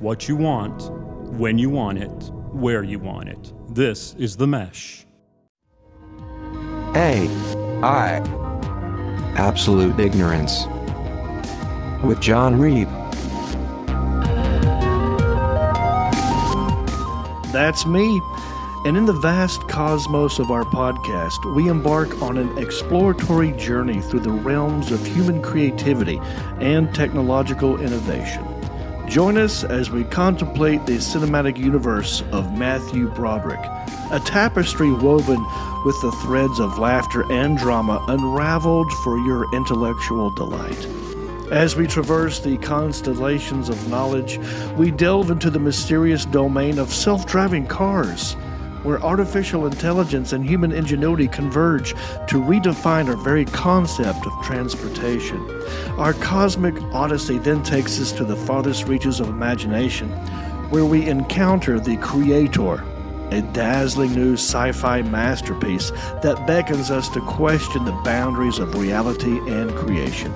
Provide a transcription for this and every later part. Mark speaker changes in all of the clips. Speaker 1: what you want, when you want it, where you want it. This is The Mesh.
Speaker 2: A. I. Absolute Ignorance. With John Reed.
Speaker 3: That's me. And in the vast cosmos of our podcast, we embark on an exploratory journey through the realms of human creativity and technological innovation. Join us as we contemplate the cinematic universe of Matthew Broderick, a tapestry woven with the threads of laughter and drama unraveled for your intellectual delight. As we traverse the constellations of knowledge, we delve into the mysterious domain of self driving cars, where artificial intelligence and human ingenuity converge to redefine our very concept of transportation. Our cosmic odyssey then takes us to the farthest reaches of imagination, where we encounter the Creator, a dazzling new sci fi masterpiece that beckons us to question the boundaries of reality and creation.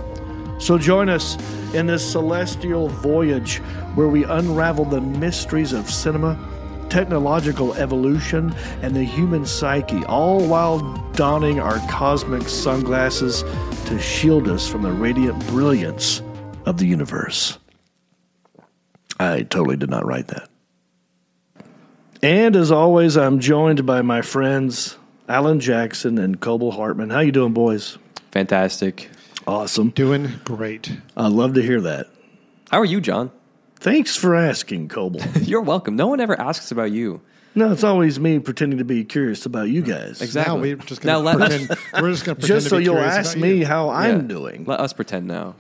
Speaker 3: So join us in this celestial voyage where we unravel the mysteries of cinema, technological evolution, and the human psyche, all while donning our cosmic sunglasses to shield us from the radiant brilliance of the universe. I totally did not write that. And as always, I'm joined by my friends Alan Jackson and Coble Hartman. How you doing, boys?
Speaker 4: Fantastic.
Speaker 3: Awesome.
Speaker 5: Doing great.
Speaker 3: I love to hear that.
Speaker 4: How are you, John?
Speaker 3: Thanks for asking, Coble.
Speaker 4: You're welcome. No one ever asks about you.
Speaker 3: no, it's always me pretending to be curious about you guys.
Speaker 4: Exactly.
Speaker 5: Now we're just going
Speaker 4: Now let-
Speaker 5: to pretend. We're just going to pretend.
Speaker 3: Just
Speaker 5: to
Speaker 3: so
Speaker 5: be
Speaker 3: you'll
Speaker 5: curious
Speaker 3: ask
Speaker 5: about
Speaker 3: me
Speaker 5: you.
Speaker 3: how
Speaker 4: Yeah.
Speaker 3: I'm doing.
Speaker 4: Let us pretend now.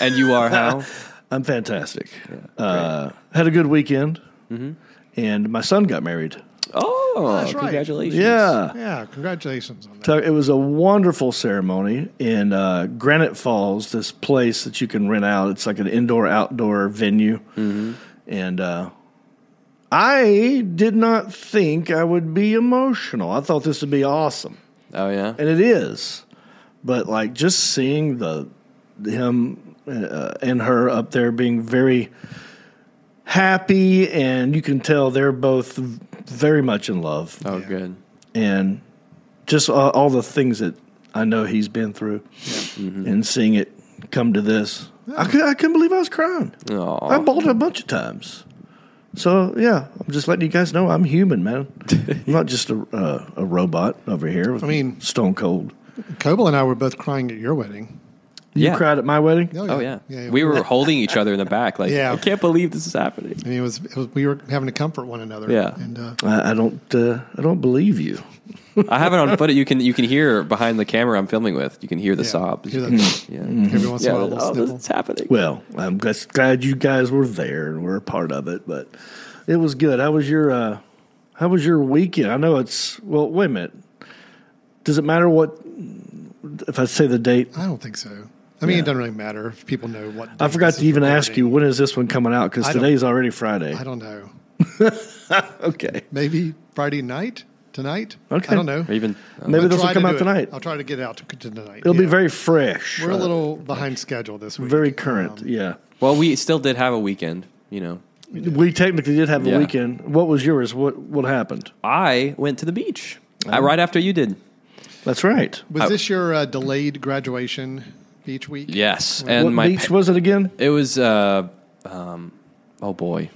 Speaker 4: And you are how?
Speaker 3: I'm fantastic. uh, had a good weekend,
Speaker 5: Mm-hmm.
Speaker 3: and my son got married.
Speaker 4: Oh,
Speaker 5: That's right.
Speaker 4: congratulations.
Speaker 3: Yeah.
Speaker 5: Yeah, congratulations on that.
Speaker 3: So it was a wonderful ceremony in uh, Granite Falls, this place that you can rent out. It's like an indoor outdoor venue. And uh, I did not think I would be emotional. I thought this would be awesome.
Speaker 4: Oh, yeah.
Speaker 3: And it is. But like just seeing the him uh, and her up there being very happy and you can tell they're both very much in love
Speaker 4: Oh, good.
Speaker 3: and just uh, all the things that I know he's been through, and seeing it come to this, I, cou- I couldn't believe I was crying. I
Speaker 4: Oh,
Speaker 3: bawled a bunch of times. So yeah, I'm just letting you guys know I'm human, man. I'm not just a uh, a robot over here. With
Speaker 5: I mean-
Speaker 3: stone cold.
Speaker 5: Coble and I were both crying at your wedding.
Speaker 3: You
Speaker 4: yeah.
Speaker 3: cried at my wedding.
Speaker 4: Oh, yeah.
Speaker 5: yeah,
Speaker 4: We were holding each other in the back. Like,
Speaker 5: Yeah.
Speaker 4: I can't believe this is happening.
Speaker 5: I mean, it was, it was we were having to comfort one another.
Speaker 4: Yeah.
Speaker 5: and uh,
Speaker 3: I, I don't. Uh, I don't believe you.
Speaker 4: I have it on footage. You can you can hear behind the camera I'm filming with. You can hear the
Speaker 5: yeah,
Speaker 4: sobs.
Speaker 5: hear Mm. that
Speaker 4: Yeah.
Speaker 5: every once in
Speaker 4: Yeah.
Speaker 5: a while, a little
Speaker 4: Oh, this
Speaker 5: sniffle.
Speaker 4: is happening.
Speaker 3: Well, I'm just glad you guys were there and were a part of it, but it was good. How was your uh how was your weekend? I know it's well, wait a minute. Does it matter what if I say the date?
Speaker 5: I don't think so. I mean, it doesn't really matter if people know what.
Speaker 3: I
Speaker 5: day
Speaker 3: forgot
Speaker 5: this
Speaker 3: to
Speaker 5: is
Speaker 3: even ask you when
Speaker 5: recording.
Speaker 3: is this one coming out because
Speaker 5: I don't-
Speaker 3: today's already Friday.
Speaker 5: I don't know.
Speaker 3: Okay,
Speaker 5: Maybe Friday night tonight.
Speaker 3: Okay.
Speaker 5: I don't know.
Speaker 4: Or even. uh,
Speaker 3: maybe
Speaker 5: I'll
Speaker 3: this
Speaker 5: try
Speaker 3: will come
Speaker 5: to
Speaker 3: out
Speaker 5: do it.
Speaker 3: tonight.
Speaker 5: I'll try to get out to, to tonight.
Speaker 3: It'll be
Speaker 5: Yeah.
Speaker 3: very fresh,
Speaker 5: We're a little behind schedule this week.
Speaker 3: very current.
Speaker 5: Um,
Speaker 3: yeah,
Speaker 4: well, we still did have a weekend, you know.
Speaker 3: we technically did have a
Speaker 4: Yeah.
Speaker 3: weekend. What was yours? What what happened?
Speaker 4: I went to the beach I, right after you did.
Speaker 3: That's right.
Speaker 5: Was this your uh, delayed graduation beach week?
Speaker 4: Yes. And
Speaker 3: what
Speaker 4: my
Speaker 3: beach
Speaker 4: pa-
Speaker 3: was it again?
Speaker 4: It was, uh, um, oh boy,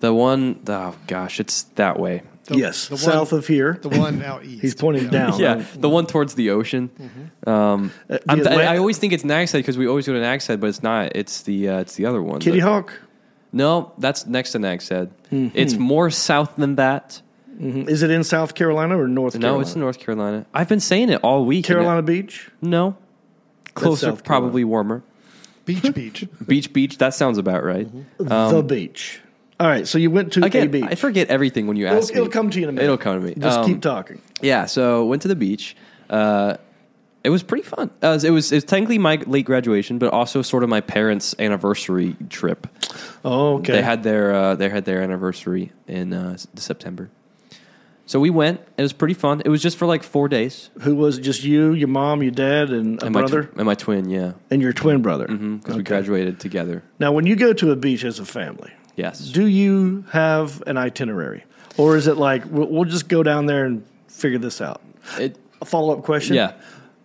Speaker 4: the one oh gosh, it's that way.
Speaker 5: The-
Speaker 3: yes,
Speaker 5: the one-
Speaker 3: south of here.
Speaker 5: The one out east.
Speaker 3: He's pointing down.
Speaker 4: Yeah, the one towards the ocean.
Speaker 3: Uh,
Speaker 4: I'm,
Speaker 3: Mm-hmm. the Atlan-
Speaker 4: I always think it's Nags Head because we always go to Nags Head, but it's not. It's the uh, it's the other one.
Speaker 3: Kitty
Speaker 4: The-
Speaker 3: Hawk. Mm-hmm.
Speaker 4: No, that's next to Nags Head. It's more south than that.
Speaker 3: Is it in South Carolina or North
Speaker 4: Hmm? No,
Speaker 3: Carolina?
Speaker 4: it's in North Carolina. I've been saying it all week. and it-
Speaker 3: Carolina Beach.
Speaker 4: No, closer,
Speaker 3: South Carolina.
Speaker 4: probably warmer.
Speaker 5: Beach, beach.
Speaker 4: Beach, beach. That sounds about right.
Speaker 3: the beach. All right, so you went to a
Speaker 4: Um, Again,
Speaker 3: Mm-hmm. beach.
Speaker 4: I forget everything when you ask
Speaker 3: it'll, it'll
Speaker 4: me.
Speaker 3: come to you in a minute.
Speaker 4: It'll come to me.
Speaker 3: Just
Speaker 4: Um,
Speaker 3: keep talking.
Speaker 4: Yeah, so went to the beach. Uh, it was pretty fun. Uh, it, was, it was technically my late graduation, but also sort of my parents' anniversary trip.
Speaker 3: Oh, okay.
Speaker 4: They had their uh, they had their anniversary in uh, S- September, so we went. It was pretty fun. It was just for like four days.
Speaker 3: Who was it? Just you, your mom, your dad, and a
Speaker 4: And
Speaker 3: brother,
Speaker 4: my tw- Mm-hmm. and my twin, yeah,
Speaker 3: and your twin brother.
Speaker 4: because we graduated together.
Speaker 3: Now, when you go to a beach as a family,
Speaker 4: Yes.
Speaker 3: Do you have an itinerary, or is it like we'll, we'll just go down there and figure this out?
Speaker 4: It-
Speaker 3: A follow up question.
Speaker 4: Yeah.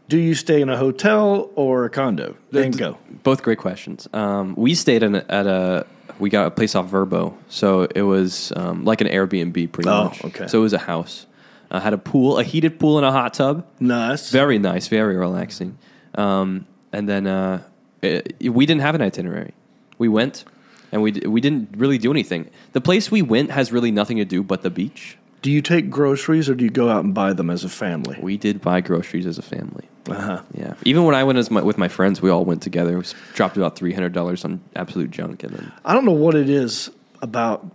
Speaker 3: Do you stay in a hotel or a condo? Then go.
Speaker 4: Both great questions. Um, we stayed in, at a we got a place off Verbo, so it was um, like an Airbnb pretty
Speaker 3: Oh,
Speaker 4: much.
Speaker 3: okay.
Speaker 4: So it was a house. Uh, had a pool, a heated pool, and a hot tub.
Speaker 3: Nice.
Speaker 4: Very nice, very relaxing. Um, and then uh, it, we didn't have an itinerary. We went, and we d- we didn't really do anything. The place we went has really nothing to do but the beach.
Speaker 3: do you take groceries or do you go out and buy them as a family?
Speaker 4: We did buy groceries as a family.
Speaker 3: Uh-huh.
Speaker 4: Yeah, even when I went as my, with my friends, we all went together. We s- dropped about three hundred dollars on absolute junk, and then
Speaker 3: I don't know what it is about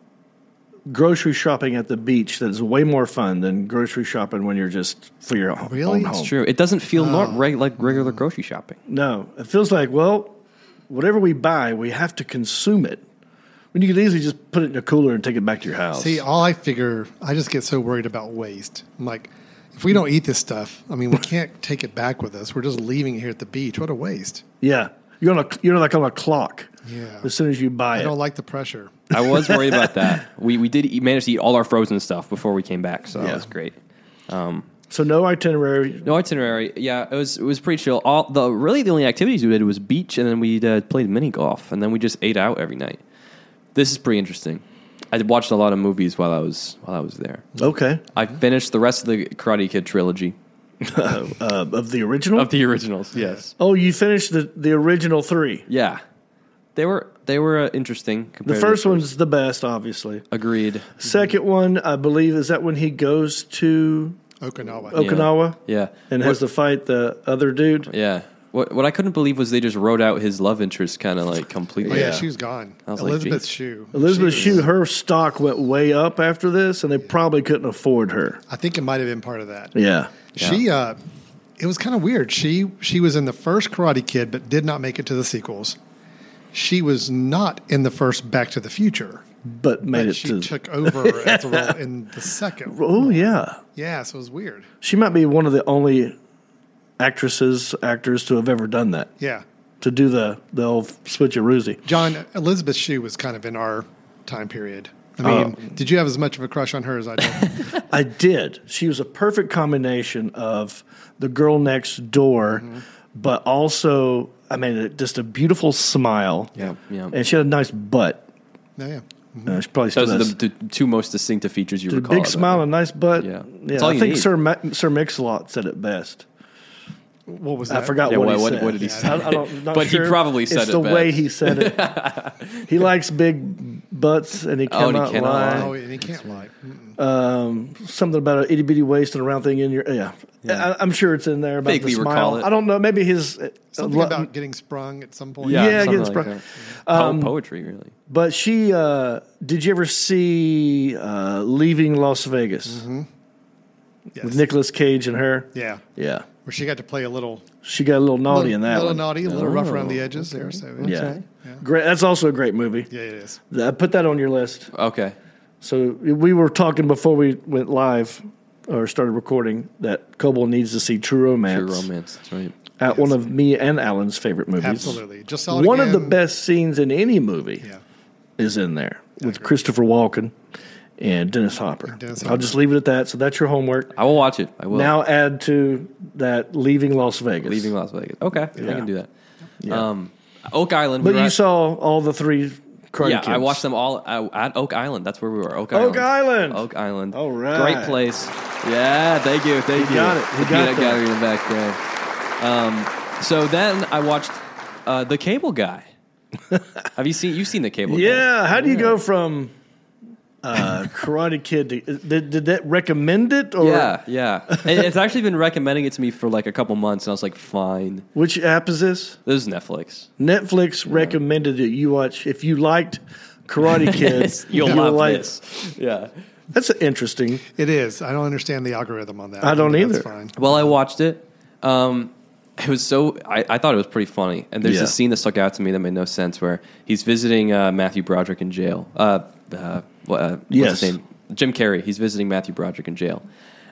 Speaker 3: grocery shopping at the beach that is way more fun than grocery shopping when you're just for your own,
Speaker 5: Really?
Speaker 3: own
Speaker 5: It's
Speaker 3: home.
Speaker 4: True. It doesn't feel
Speaker 3: Oh.
Speaker 4: nor- reg- like regular grocery shopping.
Speaker 3: No, it feels like well, whatever we buy, we have to consume it. When you could easily just put it in a cooler and take it back to your house.
Speaker 5: See, all I figure, I just get so worried about waste. I'm like, if we don't eat this stuff, I mean, we can't take it back with us. We're just leaving it here at the beach. What a waste.
Speaker 3: yeah, you're on a you're like on a clock.
Speaker 5: Yeah.
Speaker 3: As soon as you buy
Speaker 5: I
Speaker 3: it,
Speaker 5: don't like the pressure.
Speaker 4: I was worried about that. We we did eat, manage to eat all our frozen stuff before we came back, so that
Speaker 3: Yeah.
Speaker 4: was great.
Speaker 3: so no itinerary.
Speaker 4: No itinerary. Yeah, it was it was pretty chill. All the really the only activities we did was beach, and then we uh, played mini golf, and then we just ate out every night. This is pretty interesting. I watched a lot of movies while I was while I was there.
Speaker 3: Okay,
Speaker 4: I finished the rest of the Karate Kid trilogy
Speaker 3: uh, of the original.
Speaker 4: of the originals. Yes.
Speaker 3: oh, you finished the the original three.
Speaker 4: Yeah, they were they were uh, interesting.
Speaker 3: The
Speaker 4: Compared to
Speaker 3: first one's the best, obviously.
Speaker 4: agreed.
Speaker 3: Second one, I believe, is that when he goes to
Speaker 5: Okinawa.
Speaker 3: Oh,
Speaker 5: Oh,
Speaker 4: Yeah.
Speaker 3: Okinawa
Speaker 4: Yeah,
Speaker 3: and
Speaker 4: What-
Speaker 3: has to fight the other dude.
Speaker 4: Yeah. What what I couldn't believe was they just wrote out his love interest kind of like
Speaker 5: Oh,
Speaker 4: completely.
Speaker 5: yeah,
Speaker 3: Yeah.
Speaker 5: shoe's gone.
Speaker 4: was like,
Speaker 5: Elizabeth
Speaker 4: geez.
Speaker 5: Shoe.
Speaker 3: Elizabeth
Speaker 5: She
Speaker 3: Shue,
Speaker 5: was-
Speaker 3: her stock went way up after this, and they probably couldn't afford her.
Speaker 5: I think it might have been part of that.
Speaker 3: Yeah.
Speaker 5: She, uh, it was kind of weird. She she was in the first Karate Kid, but did not make it to the sequels. She was not in the first Back to the Future,
Speaker 3: But made
Speaker 5: but
Speaker 3: it
Speaker 5: she
Speaker 3: to.
Speaker 5: took over as the role in the second.
Speaker 3: oh, yeah.
Speaker 5: Yeah, so it was weird.
Speaker 3: She might be one of the only actresses, actors to have ever done that,
Speaker 5: Yeah,
Speaker 3: to do the, the old switcheroozy.
Speaker 5: John Elizabeth Shue was kind of in our time period. I mean,
Speaker 3: Oh.
Speaker 5: did you have as much of a crush on her as I did?
Speaker 3: I did. She was a perfect combination of the girl next door,
Speaker 4: Mm-hmm.
Speaker 3: but also, I mean, just a beautiful smile.
Speaker 4: Yeah, yeah. Mm-hmm.
Speaker 3: And she had a nice butt.
Speaker 5: no, yeah.
Speaker 3: Uh, she probably still
Speaker 4: Those are
Speaker 3: has
Speaker 4: the, the two most distinctive features you
Speaker 3: a
Speaker 4: recall.
Speaker 3: big
Speaker 4: about
Speaker 3: smile
Speaker 4: her.
Speaker 3: and nice butt.
Speaker 4: Yeah.
Speaker 3: yeah
Speaker 4: It's all
Speaker 3: I
Speaker 4: you
Speaker 3: think
Speaker 4: need.
Speaker 3: Sir Ma- Sir Mix-a-Lot said it best.
Speaker 5: What was that?
Speaker 3: I forgot
Speaker 4: Yeah,
Speaker 3: what,
Speaker 4: what-
Speaker 3: he
Speaker 4: what-
Speaker 3: said.
Speaker 4: what did he
Speaker 3: I-
Speaker 4: say?
Speaker 3: I, don't, not
Speaker 4: But he
Speaker 3: sure.
Speaker 4: probably said
Speaker 3: it's
Speaker 4: it
Speaker 3: the
Speaker 4: best.
Speaker 3: way he said it. he likes big butts and he
Speaker 4: Oh, and
Speaker 3: cannot,
Speaker 4: he cannot
Speaker 3: lie.
Speaker 5: Oh, and he can't lie. Mm-mm.
Speaker 3: Something about an itty bitty waist and a round thing in your yeah. I, I'm sure it's in there about
Speaker 4: Vaguely
Speaker 3: the
Speaker 4: recall
Speaker 3: smile.
Speaker 4: it.
Speaker 3: I don't know. Maybe his uh,
Speaker 5: Something
Speaker 3: lo-
Speaker 5: about getting sprung at some point.
Speaker 3: Yeah,
Speaker 4: something
Speaker 3: against Bra-
Speaker 4: that. Po-
Speaker 3: Um,
Speaker 4: poetry, really.
Speaker 3: But she, uh, did you ever see uh, Leaving Las Vegas
Speaker 5: Mm-hmm. Yes.
Speaker 3: with Nicolas Cage and her?
Speaker 5: Yeah,
Speaker 3: Yeah,
Speaker 5: where she got to play a little
Speaker 3: she got a little naughty
Speaker 5: little,
Speaker 3: in that
Speaker 5: little
Speaker 3: one.
Speaker 5: naughty, a little rough around the
Speaker 4: Oh,
Speaker 5: edges there. So
Speaker 3: Yeah.
Speaker 5: yeah.
Speaker 3: great. That's also a great movie.
Speaker 5: yeah, it is.
Speaker 3: I put that on your list.
Speaker 4: Okay.
Speaker 3: So we were talking before we went live or started recording that Coble needs to see True Romance.
Speaker 4: True romance. That's right.
Speaker 3: At one of me and Alan's favorite movies.
Speaker 5: Absolutely. Just saw it
Speaker 3: One of the
Speaker 5: again.
Speaker 3: best scenes in any movie
Speaker 5: Yeah,
Speaker 3: is in there with Christopher Walken and Dennis Hopper.
Speaker 5: Dennis
Speaker 3: I'll
Speaker 5: Hopper.
Speaker 3: just leave it at that. So that's your homework.
Speaker 4: I will watch it. I will.
Speaker 3: now add to that Leaving Las Vegas.
Speaker 4: leaving Las Vegas. Okay, I
Speaker 3: Yeah.
Speaker 4: can do that. Um, Oak Island. we
Speaker 3: but
Speaker 4: were
Speaker 3: you
Speaker 4: at-
Speaker 3: saw all the three Karate
Speaker 4: Yeah, I
Speaker 3: Kids.
Speaker 4: watched them all uh, at Oak Island. That's where we were. Oak Island.
Speaker 3: Oak Island.
Speaker 4: Oak Island.
Speaker 3: All right.
Speaker 4: Great place. Yeah, thank you. Thank you.
Speaker 3: got it. He got
Speaker 4: the
Speaker 3: there.
Speaker 4: peanut gallery in the back there. Um, so then I watched uh, The Cable Guy. Have you seen? You've seen The Cable Guy.
Speaker 3: Yeah. How do you go from uh, Karate Kid? To, did, did that recommend it? Or
Speaker 4: Yeah, yeah. It- it's actually been recommending it to me for like a couple months, and I was like, fine.
Speaker 3: Which app is this?
Speaker 4: This is Netflix.
Speaker 3: Netflix recommended that you watch if you liked Karate Kids.
Speaker 4: You'll
Speaker 3: you'll
Speaker 4: love
Speaker 3: like-
Speaker 4: this. Yeah.
Speaker 3: That's interesting.
Speaker 5: it is. I don't understand the algorithm on that.
Speaker 3: I don't
Speaker 5: but
Speaker 3: either.
Speaker 5: That's fine.
Speaker 4: Well, I watched it. Um, it was so I, I thought it was pretty funny. And there's
Speaker 3: Yeah.
Speaker 4: this scene that stuck out to me that made no sense where he's visiting uh, Matthew Broderick in jail. Uh, uh, what- uh, what's
Speaker 3: Yes.
Speaker 4: his name? Jim Carrey. He's visiting Matthew Broderick in jail,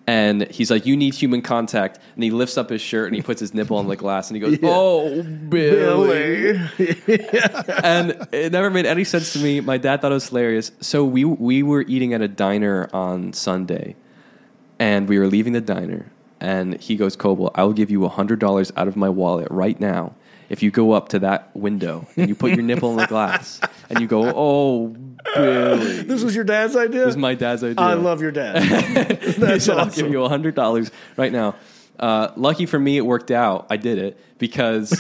Speaker 4: And he's like, "You need human contact." And he lifts up his shirt and he puts his nipple on the glass and he goes, "Oh, Billy. and it never made any sense to me. My dad thought it was hilarious. So we we were eating at a diner on Sunday, and we were leaving the diner, and he goes, "Coble, I will give you hundred dollars out of my wallet right now if you go up to that window and you put your nipple in the glass and you go, oh, Billy."
Speaker 3: This was your dad's idea? This
Speaker 4: was my dad's idea.
Speaker 3: I love your dad. That's
Speaker 4: I'll
Speaker 3: awesome.
Speaker 4: give you hundred dollars right now. Uh, lucky for me, it worked out. I did it because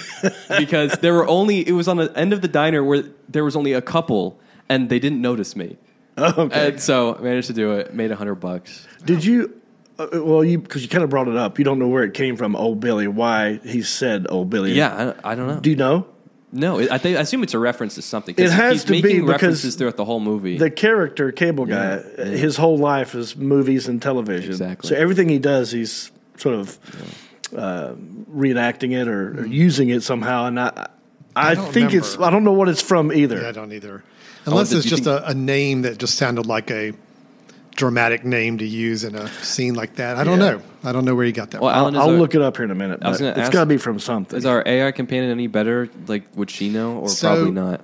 Speaker 4: because there were only it was on the end of the diner where there was only a couple and they didn't notice me.
Speaker 3: Oh, okay.
Speaker 4: And so I managed to do it. Made a hundred bucks.
Speaker 3: Did you? Uh, well, you because you kind of brought it up. You don't know where it came from. Old Billy, why he said Old Billy?
Speaker 4: Yeah, I, I don't know.
Speaker 3: Do you know
Speaker 4: no, I, think, I assume it's a reference to something. 'cause
Speaker 3: It has
Speaker 4: he's
Speaker 3: to be
Speaker 4: making
Speaker 3: because
Speaker 4: references throughout the whole movie.
Speaker 3: the character Cable Guy? uh, His whole life is movies and television.
Speaker 4: Exactly.
Speaker 3: So everything he does, he's sort of uh, reenacting it or,
Speaker 4: Mm-hmm.
Speaker 3: or using it somehow. And I, I,
Speaker 5: I don't
Speaker 3: think it's.
Speaker 5: remember.
Speaker 3: I don't know what it's from either.
Speaker 5: Yeah, I don't either.
Speaker 3: Oh,
Speaker 5: Unless
Speaker 4: did
Speaker 5: it's
Speaker 4: you
Speaker 5: just
Speaker 4: think-
Speaker 5: a, a name that just sounded like a dramatic name to use in a scene like that. I don't know. I don't know where you got that.
Speaker 4: well,
Speaker 5: from.
Speaker 4: Alan, is
Speaker 3: I'll
Speaker 4: our,
Speaker 3: look it up here in a minute.
Speaker 4: I was
Speaker 3: But
Speaker 4: gonna
Speaker 3: it's
Speaker 4: ask-
Speaker 3: got to be from something.
Speaker 4: Is our AI companion any better? Like, would she know, or
Speaker 5: So-
Speaker 4: probably not?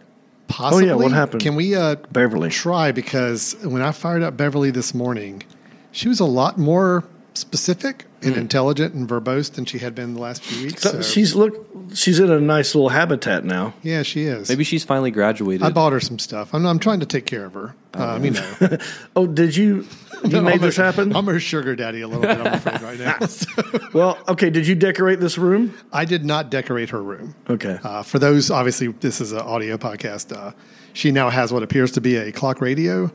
Speaker 5: Possibly.
Speaker 3: oh, what happened?
Speaker 5: Can we uh,
Speaker 3: Beverly.
Speaker 5: try? Because when I fired up Beverly this morning, she was a lot more specific and intelligent and verbose than she had been the last few weeks.
Speaker 3: Hmm. So
Speaker 5: so-
Speaker 3: she's look. She's in a nice little habitat now.
Speaker 5: yeah, she is.
Speaker 4: Maybe she's finally graduated.
Speaker 5: I bought her some stuff. I'm, I'm trying to take care of her. Um, you know, you
Speaker 3: Oh, did you? You made this happen.
Speaker 5: I'm her sugar daddy a little bit. I'm afraid right now. So,
Speaker 3: Well, okay. Did you decorate this room?
Speaker 5: I did not decorate her room.
Speaker 3: Okay.
Speaker 5: Uh, for those, obviously, this is an audio podcast. Uh, she now has what appears to be a clock radio,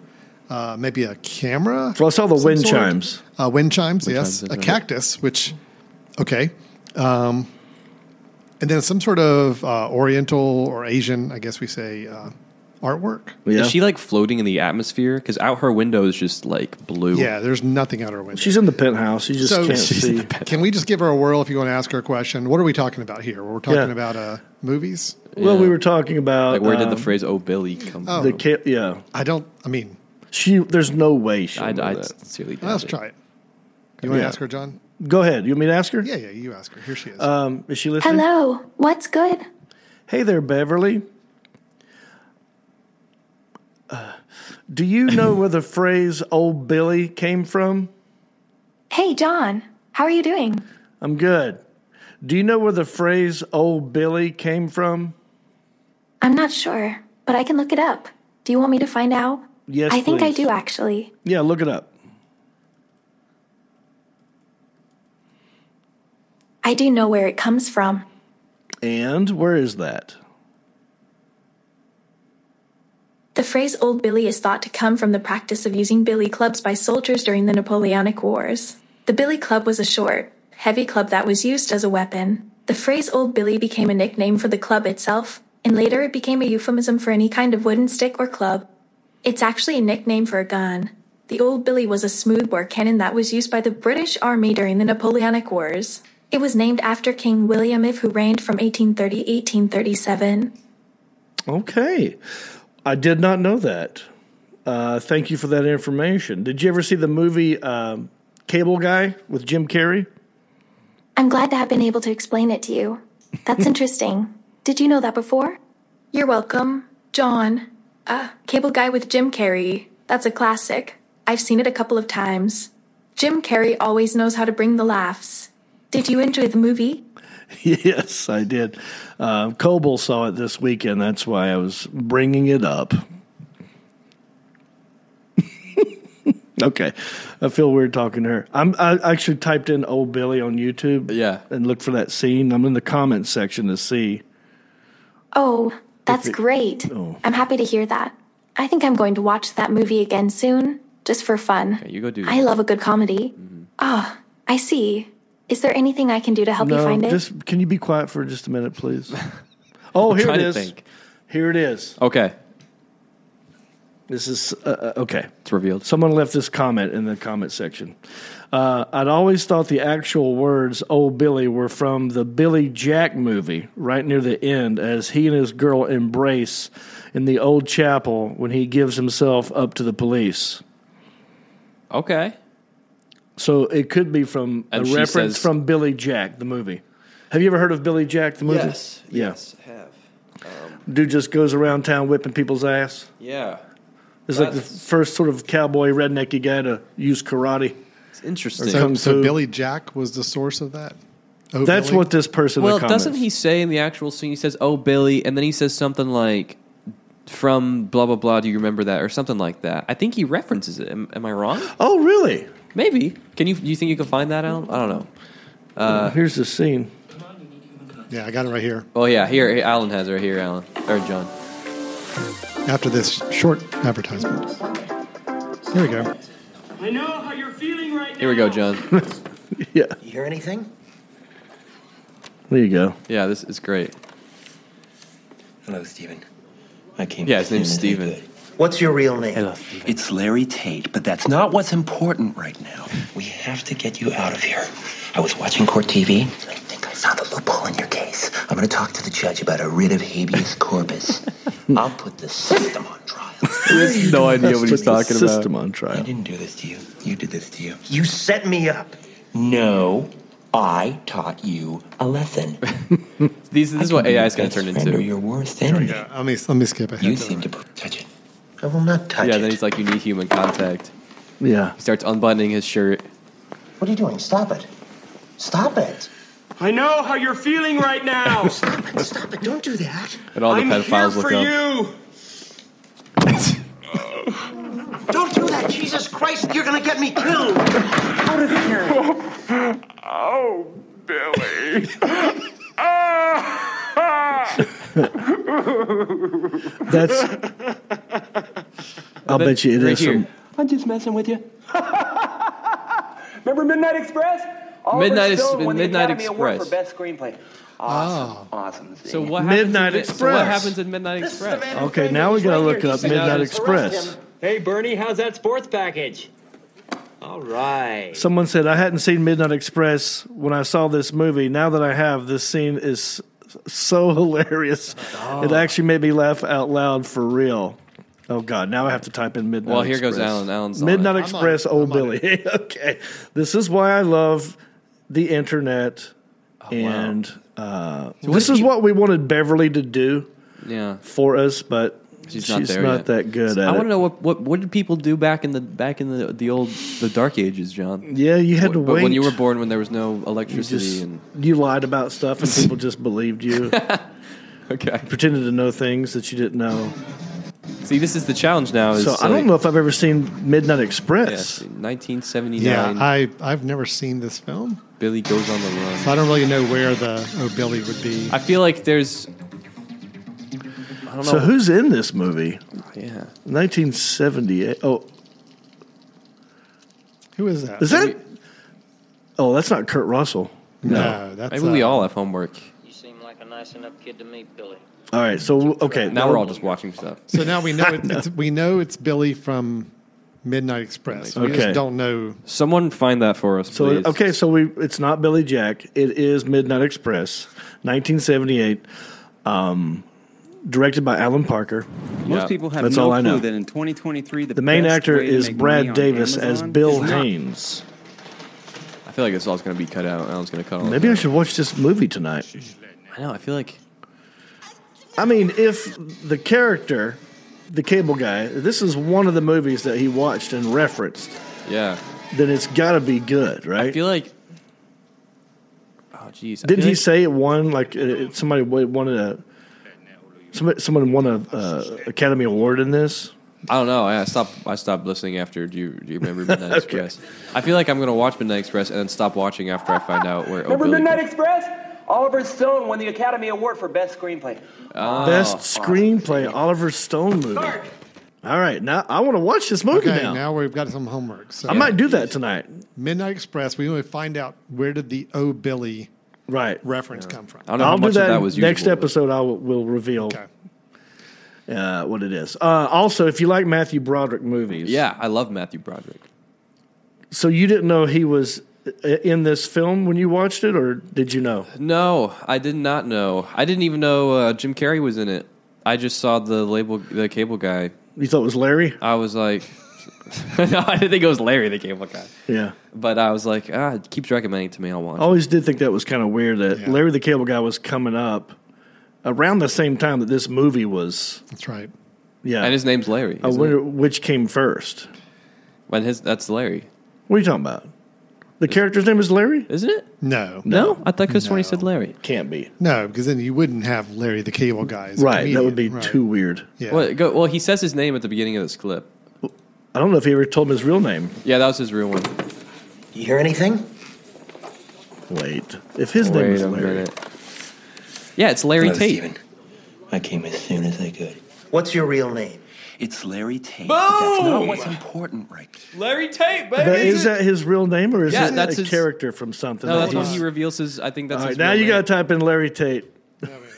Speaker 5: uh, maybe a camera.
Speaker 3: Well, I saw the
Speaker 5: of some
Speaker 3: wind
Speaker 5: sort.
Speaker 3: chimes.
Speaker 5: Uh, wind chimes,
Speaker 4: chimes,
Speaker 5: yes.
Speaker 4: that's
Speaker 5: a
Speaker 4: right.
Speaker 5: cactus, which, okay. Um, and then some sort of uh, Oriental or Asian, I guess we say, uh, artwork.
Speaker 3: Yeah.
Speaker 4: Is she like floating in the atmosphere? Because out her window is just like blue.
Speaker 5: Yeah, there's nothing out her window.
Speaker 3: she's in the penthouse. You just
Speaker 5: So-
Speaker 3: can't
Speaker 5: She's
Speaker 3: see.
Speaker 5: Can we just give her a whirl if you want to ask her a question? What are we talking about here? We're talking
Speaker 3: Yeah.
Speaker 5: about uh, movies.
Speaker 3: Well,
Speaker 4: Yeah.
Speaker 3: we were talking about
Speaker 4: Like, where did the
Speaker 3: um,
Speaker 4: phrase "Oh Billy" come
Speaker 5: Oh.
Speaker 3: the
Speaker 4: from?
Speaker 3: ca- yeah.
Speaker 5: I don't, I mean,
Speaker 3: She. There's no way she.
Speaker 4: I,
Speaker 3: would know
Speaker 4: I
Speaker 3: that.
Speaker 4: sincerely doubt
Speaker 5: let's
Speaker 4: it.
Speaker 5: try it. You want
Speaker 3: Yeah.
Speaker 5: to ask her, John?
Speaker 3: Go ahead. You want me to ask her?
Speaker 5: Yeah, yeah, you ask her. Here she is.
Speaker 3: Um, is she listening?
Speaker 6: Hello, what's good?
Speaker 3: Hey there, Beverly. Uh, do you know where the phrase "old Billy" came from?
Speaker 6: Hey, John, how are you doing?
Speaker 3: I'm good. Do you know where the phrase "old Billy" came from?
Speaker 6: I'm not sure, but I can look it up. Do you want me to find out?
Speaker 3: Yes,
Speaker 6: I think I
Speaker 3: please.
Speaker 6: do, actually.
Speaker 3: Yeah, look it up.
Speaker 6: I do know where it comes from.
Speaker 3: And where is that?
Speaker 6: The phrase Old Billy is thought to come from the practice of using billy clubs by soldiers during the Napoleonic Wars. The billy club was a short, heavy club that was used as a weapon. The phrase Old Billy became a nickname for the club itself, and later it became a euphemism for any kind of wooden stick or club. It's actually a nickname for a gun. The Old Billy was a smoothbore cannon that was used by the British Army during the Napoleonic Wars. It was named after King William IV, who reigned from 1830 1837.
Speaker 3: Okay. I did not know that. Uh, thank you for that information. Did you ever see the movie um, Cable Guy with Jim Carrey?
Speaker 6: I'm glad to have been able to explain it to you. That's interesting. Did you know that before? You're welcome, John. Uh, Cable Guy with Jim Carrey. That's a classic. I've seen it a couple of times. Jim Carrey always knows how to bring the laughs. Did you enjoy the movie?
Speaker 3: yes, I did. Uh, Coble saw it this weekend. That's why I was bringing it up. okay. I feel weird talking to her. I'm, I actually typed in Old Billy on YouTube
Speaker 4: Yeah.
Speaker 3: and looked for that scene. I'm in the comments section to see.
Speaker 6: Oh, that's great.
Speaker 3: Oh.
Speaker 6: I'm happy to hear that. I think I'm going to watch that movie again soon, just for fun.
Speaker 4: Yeah, you go do.
Speaker 6: I love a good comedy. Ah, I see. Is there anything I can do to help you
Speaker 3: No,
Speaker 6: find it?
Speaker 3: just can you be quiet for just a minute, please? Oh, here
Speaker 4: trying
Speaker 3: it
Speaker 4: to
Speaker 3: is.
Speaker 4: think.
Speaker 3: Here it is.
Speaker 4: Okay,
Speaker 3: This is uh, uh, okay.
Speaker 4: it's revealed.
Speaker 3: Someone left this comment in the comment section. Uh, I'd always thought the actual words "Old Billy" were from the Billy Jack movie, right near the end, as he and his girl embrace in the old chapel when he gives himself up to the police.
Speaker 4: Okay,
Speaker 3: So it could be from
Speaker 4: And
Speaker 3: a
Speaker 4: she
Speaker 3: reference
Speaker 4: says-
Speaker 3: from Billy Jack, the movie. Have you ever heard of Billy Jack, the movie? Yeah.
Speaker 4: I have.
Speaker 3: Dude just goes around town whipping people's ass.
Speaker 4: Yeah.
Speaker 3: It's like the
Speaker 4: That's-
Speaker 3: first sort of cowboy rednecky guy to use karate.
Speaker 4: It's interesting.
Speaker 5: So,
Speaker 3: Kung
Speaker 5: so
Speaker 3: Fu.
Speaker 5: Billy Jack was the source of that. Oh,
Speaker 3: That's
Speaker 5: Billy?
Speaker 3: what this person. in
Speaker 4: well,
Speaker 3: the comments-
Speaker 4: doesn't he say in the actual scene, he says, oh, Billy, and then he says something like, from blah, blah, blah, do you remember that? Or something like that. I think he references it. Am, am I wrong?
Speaker 3: Oh, really?
Speaker 4: Maybe. Can you, you think you can find that out? I don't know. Uh,
Speaker 3: Oh, Here's the scene.
Speaker 5: Yeah, I got it right here.
Speaker 4: Oh, yeah. Here, here, Alan has it right here, Alan. Or John.
Speaker 5: After this short advertisement. Here we go.
Speaker 7: I know how you're feeling right now.
Speaker 4: Here we go, John.
Speaker 3: Yeah.
Speaker 8: You hear anything?
Speaker 3: There you go.
Speaker 4: Yeah, this is great.
Speaker 8: Hello, Stephen. I came.
Speaker 4: Yeah,
Speaker 8: to
Speaker 4: his name's
Speaker 8: see you.
Speaker 4: Stephen.
Speaker 8: What's your real name? Hello, Stephen. It's Larry Tate, but that's not what's important right now. We have to get you out of here. I was watching court TV. I think I saw the loophole in your case. I'm going to talk to the judge about a writ of habeas corpus. I'll put the system on trial.
Speaker 4: He has no idea what he's
Speaker 3: Put the
Speaker 4: talking about.
Speaker 3: System on
Speaker 8: I
Speaker 3: trial.
Speaker 8: didn't do this to you. You did this to you. You set me up. No, I taught you a lesson.
Speaker 4: These, this is what AI is going to turn
Speaker 8: Friend or
Speaker 4: into.
Speaker 8: your worst
Speaker 5: Here we
Speaker 8: enemy.
Speaker 5: go. Let me let me skip ahead.
Speaker 8: You seem to touch it. I will not touch
Speaker 4: Yeah,
Speaker 8: it.
Speaker 4: then he's like, you need human contact.
Speaker 3: Yeah.
Speaker 4: He starts unbuttoning his shirt.
Speaker 8: What are you doing? Stop it. Stop it.
Speaker 7: I know how you're feeling right now.
Speaker 8: Stop it. Stop it. Don't do that.
Speaker 4: And all the
Speaker 7: I'm here
Speaker 4: pedophiles look
Speaker 7: for
Speaker 4: up.
Speaker 7: you.
Speaker 8: Don't do that. Jesus Christ, you're going to get me killed. Out of here.
Speaker 7: Oh, Billy.
Speaker 3: That's. I'll bet you it is.
Speaker 4: Right here.
Speaker 3: some-
Speaker 8: I'm just messing with you.
Speaker 7: Remember Midnight Express? Oliver
Speaker 4: Midnight
Speaker 7: Stone
Speaker 4: Ex-
Speaker 7: won the
Speaker 4: Midnight
Speaker 7: Academy Award for
Speaker 4: Express. Oh.
Speaker 7: Best Screenplay. Awesome. Awesome.
Speaker 4: So what
Speaker 3: Midnight
Speaker 4: happens in, so
Speaker 3: Express.
Speaker 4: what happens in Midnight Express?
Speaker 3: Okay, now we gotta look up Midnight Express.
Speaker 7: Hey, Bernie, how's that sports package? All right.
Speaker 3: Someone said I hadn't seen Midnight Express when I saw this movie. Now that I have, this scene is so hilarious. It
Speaker 4: Oh.
Speaker 3: actually made me laugh out loud for real. Oh God! Now I have to type in Midnight.
Speaker 4: Well, here
Speaker 3: Express.
Speaker 4: goes Alan. Alan's on
Speaker 3: Midnight
Speaker 4: it.
Speaker 3: Express, Old Billy. okay, this is why I love the internet,
Speaker 4: Oh,
Speaker 3: and uh, this is what we wanted Beverly to do
Speaker 4: Yeah,
Speaker 3: for us, but she's,
Speaker 4: she's not there yet.
Speaker 3: that good
Speaker 4: So
Speaker 3: at
Speaker 4: I
Speaker 3: it.
Speaker 4: want to know what, what what did people do back in the back in the the old the dark ages, John?
Speaker 3: Yeah, you had to
Speaker 4: but
Speaker 3: wait.
Speaker 4: when you were born, when there was no
Speaker 3: just,
Speaker 4: electricity and
Speaker 3: you lied about stuff, and people just believed you,
Speaker 4: okay,
Speaker 3: pretended to know things that you didn't know.
Speaker 4: see, this is the challenge now. Is
Speaker 3: So I
Speaker 4: like-
Speaker 3: don't know if I've ever seen Midnight
Speaker 4: Yeah,
Speaker 3: Express.
Speaker 4: see, 1979.
Speaker 5: Yeah, I I've never seen this film,
Speaker 4: Billy goes on the run.
Speaker 5: so I don't really know where the Oh Billy would be.
Speaker 4: I feel like there's. I don't know.
Speaker 3: So who's in this movie?
Speaker 4: yeah.
Speaker 3: 1978. Oh,
Speaker 5: Who is that?
Speaker 3: is that? Oh, that's not Kurt Russell.
Speaker 5: no? That's
Speaker 4: Maybe we
Speaker 5: uh,
Speaker 4: all have homework.
Speaker 9: You seem like a nice enough kid to me, Billy.
Speaker 3: All right, so okay,
Speaker 4: Now we're all just watching stuff.
Speaker 5: So now we know it, it's, we know it's Billy from Midnight Express. We
Speaker 3: Okay.
Speaker 5: just don't know.
Speaker 4: Someone find that for us,
Speaker 3: So
Speaker 4: please.
Speaker 3: okay, so we it's not Billy Jack. It is Midnight Express, 1978, um, directed by Alan Parker.
Speaker 10: Most
Speaker 4: Yeah.
Speaker 10: people have
Speaker 3: That's
Speaker 10: no
Speaker 3: all I know.
Speaker 10: clue that in 2023 the,
Speaker 3: The main
Speaker 10: best
Speaker 3: actor
Speaker 10: way to
Speaker 3: is
Speaker 10: make money
Speaker 3: Brad
Speaker 10: on
Speaker 3: Davis as
Speaker 10: Amazon
Speaker 3: Bill
Speaker 10: is not-
Speaker 3: Haynes.
Speaker 4: I feel like this all's going to be cut out. Alan's going to cut all.
Speaker 3: Maybe
Speaker 4: that
Speaker 3: I
Speaker 4: out.
Speaker 3: should watch this movie tonight.
Speaker 4: I know. I feel like
Speaker 3: I mean, if the character, the cable guy, this is one of the movies that he watched and referenced,
Speaker 4: yeah.
Speaker 3: then it's got to be good,
Speaker 4: I
Speaker 3: right?
Speaker 4: feel like. Oh jeez.
Speaker 3: Didn't
Speaker 4: I feel
Speaker 3: he
Speaker 4: like-
Speaker 3: say it won like uh, somebody wa- wanted a somebody, someone won a uh, Academy Award in this?
Speaker 4: I don't know. I I stopped. I stopped listening after. Do you, do you remember Midnight Express? I feel like I'm going to watch Midnight Express and then stop watching after I find out where.
Speaker 7: Remember
Speaker 4: oh, Billy
Speaker 7: Midnight
Speaker 4: comes-
Speaker 7: Express? Oliver Stone won the Academy Award for Best Screenplay.
Speaker 4: Ah.
Speaker 3: Best screenplay, Oliver Stone movie. All right, now I want to watch this movie
Speaker 5: Okay,
Speaker 3: now.
Speaker 5: now we've got some homework. So
Speaker 3: I might do that tonight.
Speaker 5: Midnight Express. We want to find out where did the Oh Billy
Speaker 3: Right.
Speaker 5: reference come from.
Speaker 4: I don't know how
Speaker 3: I'll do
Speaker 4: much
Speaker 3: that,
Speaker 4: of that was
Speaker 3: next
Speaker 4: usable, but-
Speaker 3: episode. I will, will reveal
Speaker 5: Okay.
Speaker 3: uh, what it is. Uh, also, if you like Matthew Broderick movies,
Speaker 4: Yeah, I love Matthew Broderick.
Speaker 3: So you didn't know he was i- in this film when you watched it, or did you know?
Speaker 4: No, I did not know. I didn't even know uh, Jim Carrey was in it. I just saw the label, the cable guy.
Speaker 3: You thought it was Larry?
Speaker 4: I was like, no, I didn't think it was Larry that came up with that.
Speaker 3: Yeah.
Speaker 4: But I was like, ah, it keeps recommending it to me. I'll watch.
Speaker 3: I always did think that was kind of weird that
Speaker 5: Yeah.
Speaker 3: Larry the Cable Guy was coming up around the same time that this movie was.
Speaker 5: That's right.
Speaker 3: Yeah.
Speaker 4: And his name's Larry.
Speaker 3: I
Speaker 4: isn't
Speaker 3: wonder
Speaker 4: it?
Speaker 3: which came first.
Speaker 4: When his that's Larry,
Speaker 3: What are you talking about? The character's name is Larry?
Speaker 4: isn't it?
Speaker 5: No,
Speaker 4: No, I thought Chris when he said Larry.
Speaker 3: Can't be.
Speaker 5: no, because then you wouldn't have Larry the Cable Guy. as a
Speaker 3: Right. That would be
Speaker 5: comedian. Right.
Speaker 3: too weird.
Speaker 5: Yeah.
Speaker 4: Well, go, well, he says his name at the beginning of this clip.
Speaker 3: I don't know if he ever told him his real name.
Speaker 4: Yeah, that was his real one.
Speaker 8: You hear anything?
Speaker 3: Wait. If his name is Larry.
Speaker 4: Yeah, it's Larry
Speaker 8: Hello,
Speaker 4: Tate.
Speaker 8: Steven. I came as soon as I could. What's your real name? It's Larry Tate. But that's not what's important right
Speaker 4: Larry Tate, baby.
Speaker 3: But is that his real name or is
Speaker 4: Yeah,
Speaker 3: it
Speaker 4: that's
Speaker 3: a
Speaker 4: his-
Speaker 3: character from something?
Speaker 4: No,
Speaker 3: that
Speaker 4: that's when
Speaker 3: he's-
Speaker 4: he reveals his. I think that's.
Speaker 3: All right,
Speaker 4: his
Speaker 3: now
Speaker 4: real
Speaker 3: you got to
Speaker 4: name.
Speaker 3: type in Larry Tate.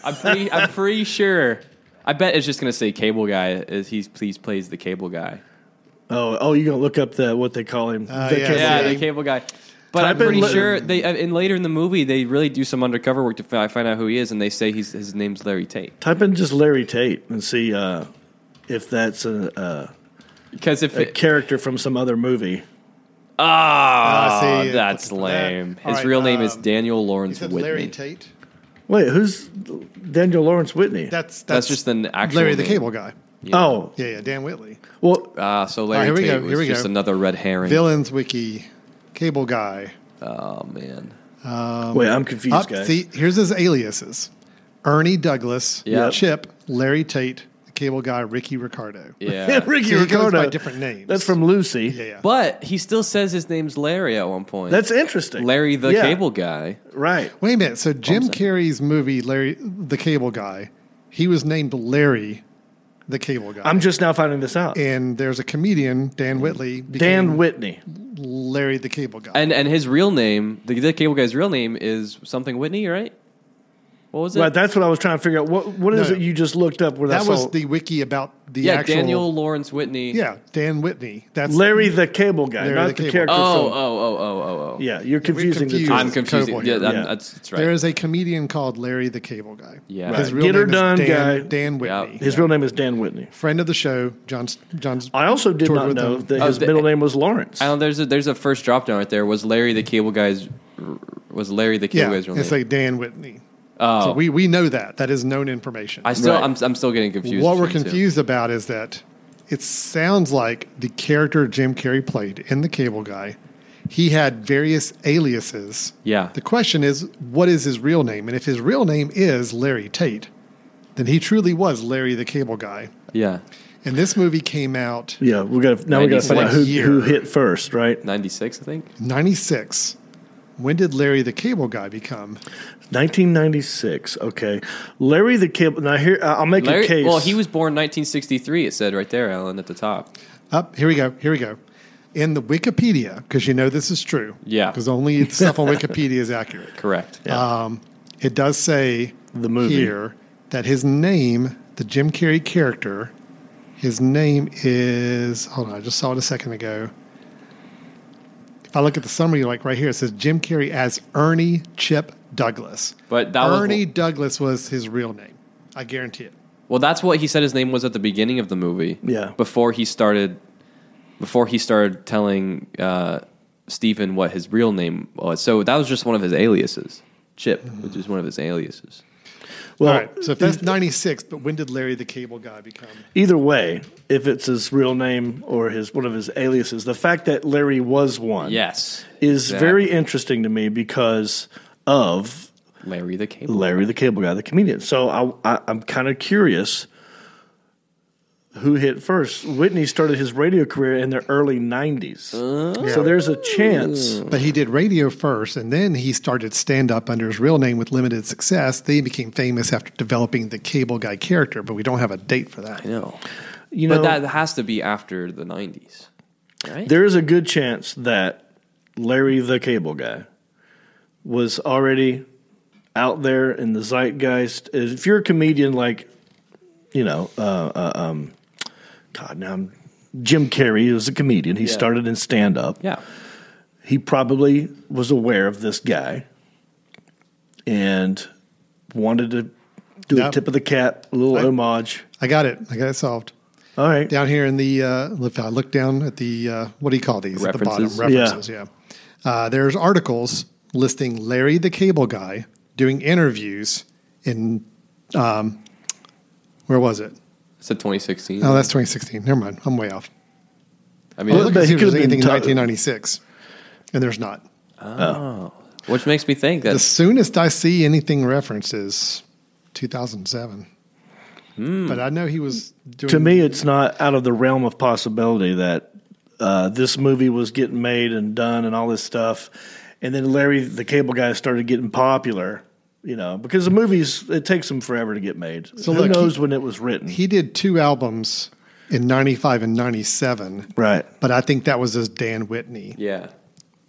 Speaker 4: I'm pretty, I'm pretty sure. I bet it's just gonna say cable guy. Is he's please plays the cable guy?
Speaker 3: Oh, oh, you're gonna look up the what they call him.
Speaker 5: Uh,
Speaker 3: The
Speaker 5: yeah.
Speaker 3: Cable
Speaker 4: Yeah,
Speaker 3: Guy.
Speaker 4: the cable guy. But
Speaker 3: Type
Speaker 4: I'm
Speaker 3: in
Speaker 4: pretty
Speaker 3: la-
Speaker 4: sure they. uh, And later in the movie, they really do some undercover work to fi- find out who he is, and they say he's his name's Larry Tate.
Speaker 3: Type in just Larry Tate and see uh, if that's a, uh,
Speaker 4: Because if
Speaker 5: Uh,
Speaker 3: a
Speaker 4: it,
Speaker 3: character from some other movie.
Speaker 4: Ah,
Speaker 5: Ah, see,
Speaker 4: that's
Speaker 5: that-
Speaker 4: lame.
Speaker 5: all
Speaker 4: His
Speaker 5: right,
Speaker 4: real name is
Speaker 5: um,
Speaker 4: Daniel
Speaker 5: You
Speaker 4: Lawrence
Speaker 5: said
Speaker 4: Whitney.
Speaker 5: Larry Tate.
Speaker 3: Wait, who's Daniel Lawrence Whitney?
Speaker 5: That's
Speaker 4: That's
Speaker 5: that's,
Speaker 4: just an actual
Speaker 5: Larry the
Speaker 4: name.
Speaker 5: Cable Guy.
Speaker 3: Oh,
Speaker 5: Yeah, yeah. Dan Whitley,
Speaker 3: well,
Speaker 4: Ah, so Larry
Speaker 5: here we
Speaker 4: Tate
Speaker 5: go,
Speaker 4: was
Speaker 5: here we
Speaker 4: just
Speaker 5: go.
Speaker 4: another red herring.
Speaker 5: Villains Wiki, Cable Guy.
Speaker 4: Oh man,
Speaker 3: wait, I'm confused,
Speaker 5: Um, Up,
Speaker 3: guys.
Speaker 5: see, here's his aliases: Ernie Douglas,
Speaker 4: Yeah.
Speaker 5: Chip, Larry Tate, the Cable Guy, Ricky Ricardo.
Speaker 4: yeah.
Speaker 3: Ricky
Speaker 5: So he goes
Speaker 3: Ricardo.
Speaker 5: by different names.
Speaker 3: That's from Lucy.
Speaker 5: Yeah, yeah.
Speaker 4: but he still says his name's Larry at one point.
Speaker 3: That's interesting.
Speaker 4: Larry the
Speaker 3: Yeah,
Speaker 4: Cable Guy.
Speaker 3: Right.
Speaker 5: Wait a minute. So Jim Carrey's movie, Larry the Cable Guy, he was named Larry the Cable Guy.
Speaker 3: I'm just now finding this out.
Speaker 5: and there's a comedian, Dan Whitley, became
Speaker 3: Dan Whitney.
Speaker 5: Larry the Cable Guy.
Speaker 4: And and his real name, the, the Cable Guy's real name is something Whitney, right? What was it?
Speaker 3: Right. That's what I was trying to figure out. What What is
Speaker 5: No.
Speaker 3: it you just looked up? Where
Speaker 5: that
Speaker 3: that's
Speaker 5: was the wiki about the
Speaker 4: yeah,
Speaker 5: actual
Speaker 4: Daniel Lawrence Whitney.
Speaker 5: Yeah, Dan Whitney. That's
Speaker 3: Larry the Cable Guy,
Speaker 5: Larry
Speaker 3: not
Speaker 5: the
Speaker 3: the,
Speaker 5: Cable
Speaker 3: character.
Speaker 5: Guy.
Speaker 4: Oh, oh,
Speaker 3: from,
Speaker 4: oh, oh, oh, oh.
Speaker 3: yeah. You're confusing the
Speaker 5: confused.
Speaker 3: two.
Speaker 4: I'm confusing.
Speaker 5: Couple
Speaker 4: Yeah,
Speaker 5: here.
Speaker 4: that-
Speaker 3: Yeah.
Speaker 4: That's, that's right.
Speaker 5: There is a comedian called Larry the Cable Guy.
Speaker 4: Yeah.
Speaker 5: His
Speaker 4: Right.
Speaker 5: real
Speaker 3: Get her
Speaker 5: name is
Speaker 3: done,
Speaker 5: Dan,
Speaker 3: guy.
Speaker 5: Dan Whitney.
Speaker 4: Yeah.
Speaker 3: His real name is Dan Whitney.
Speaker 5: Friend of the show, John's John's
Speaker 3: I also did
Speaker 5: Toured
Speaker 3: not
Speaker 5: with
Speaker 3: know
Speaker 5: him.
Speaker 3: that
Speaker 4: Oh,
Speaker 3: his
Speaker 4: the-
Speaker 3: middle name was Lawrence.
Speaker 4: I know there's a there's a first drop down right there. Was Larry the Cable Guy's was Larry the Cable
Speaker 5: Yeah,
Speaker 4: Guy's real
Speaker 5: it's
Speaker 4: name?
Speaker 5: like Dan Whitney.
Speaker 4: oh,
Speaker 5: So we, we know that. That is known information.
Speaker 4: I still
Speaker 3: Right.
Speaker 4: I'm I'm still getting confused.
Speaker 5: what we're
Speaker 4: between the two.
Speaker 5: confused about is that it sounds like the character Jim Carrey played in The Cable Guy, he had various aliases.
Speaker 4: Yeah.
Speaker 5: The question is, what is his real name? And if his real name is Larry Tate, then he truly was Larry the Cable Guy.
Speaker 4: Yeah,
Speaker 5: And this movie came out
Speaker 3: yeah, we got to now we got to find out who,
Speaker 5: 96.
Speaker 3: who hit first, right?
Speaker 4: 96, I think.
Speaker 5: 96. When did Larry the Cable Guy become?
Speaker 3: 1996. Okay, Larry the Cable. Now here I- I'll make a
Speaker 4: Larry,
Speaker 3: case.
Speaker 4: well, he was born 1963. It said right there, Alan, at the top.
Speaker 5: Up, here we go. Here we go. In the Wikipedia, because you know this is true.
Speaker 4: Yeah.
Speaker 5: Because only the stuff on Wikipedia is accurate.
Speaker 4: Correct.
Speaker 5: Um, it does say
Speaker 3: The movie.
Speaker 5: here that his name, the Jim Carrey character, his name is. Hold on, I just saw it a second ago. If I look at the summary, like right here, it says Jim Carrey as Ernie Chip Douglas.
Speaker 4: But that was-
Speaker 5: Ernie Douglas was his real name. I guarantee it.
Speaker 4: Well, that's what he said his name was at the beginning of the movie.
Speaker 3: Yeah.
Speaker 4: Before he started, before he started telling uh, Stephen what his real name was. So that was just one of his aliases. Chip, which is one of his aliases.
Speaker 3: well,
Speaker 5: All right. So if that's 96, but when did Larry the Cable Guy become?
Speaker 3: e-, either way, if it's his real name or his one of his aliases, the fact that Larry was one,
Speaker 4: Yes.
Speaker 3: is
Speaker 4: Exactly.
Speaker 3: very interesting to me because of
Speaker 4: Larry the Cable.
Speaker 3: Larry the Cable Guy, the comedian. So I, I, I'm kind of curious who hit first. Whitney started his radio career in the early 90s. So there's a chance.
Speaker 5: But he did radio first, and then he started stand up under his real name with limited success. Then he became famous after developing the cable guy character, but we don't have a date for that.
Speaker 4: No.
Speaker 3: You know,
Speaker 4: But that has to be after the 90s. Right?
Speaker 3: there is a good chance that Larry the Cable Guy was already out there in the zeitgeist. If you're a comedian like, you know, uh, uh, um, God, now I'm, Jim Carrey is a comedian. He started in stand up.
Speaker 4: yeah.
Speaker 3: he probably was aware of this guy and wanted to do a
Speaker 5: Yep.
Speaker 3: tip of the cap, a little
Speaker 5: I-
Speaker 3: homage.
Speaker 5: I got it. I got it solved.
Speaker 3: All right.
Speaker 5: down here in the uh, if I look down at the uh, what do you call these at
Speaker 4: References?
Speaker 5: the bottom references? Yeah, Uh, there's articles listing Larry the Cable Guy doing interviews in um, where was it?
Speaker 4: It's a 2016.
Speaker 5: Oh, that's 2016. Never mind, I'm way off.
Speaker 4: I
Speaker 5: I
Speaker 4: mean,
Speaker 5: was looking
Speaker 3: but
Speaker 5: to
Speaker 3: he
Speaker 5: see if
Speaker 3: could
Speaker 5: there's
Speaker 3: have been
Speaker 5: anything in
Speaker 3: t-
Speaker 5: 1996, and there's not.
Speaker 4: which makes me think
Speaker 5: The
Speaker 4: that
Speaker 5: soonest I see anything referenced is 2007.
Speaker 4: Hmm.
Speaker 5: But I know he was doing.
Speaker 3: To me, it's not out of the realm of possibility that uh, this movie was getting made and done and all this stuff, and then Larry the Cable Guy started getting popular. You know, because the movies it takes them forever to get made. So
Speaker 5: So
Speaker 3: who
Speaker 5: look,
Speaker 3: knows
Speaker 5: he-
Speaker 3: when it was written?
Speaker 5: he did two albums in 95 and 97
Speaker 3: right.
Speaker 5: but i think that was as dan whitney
Speaker 4: yeah,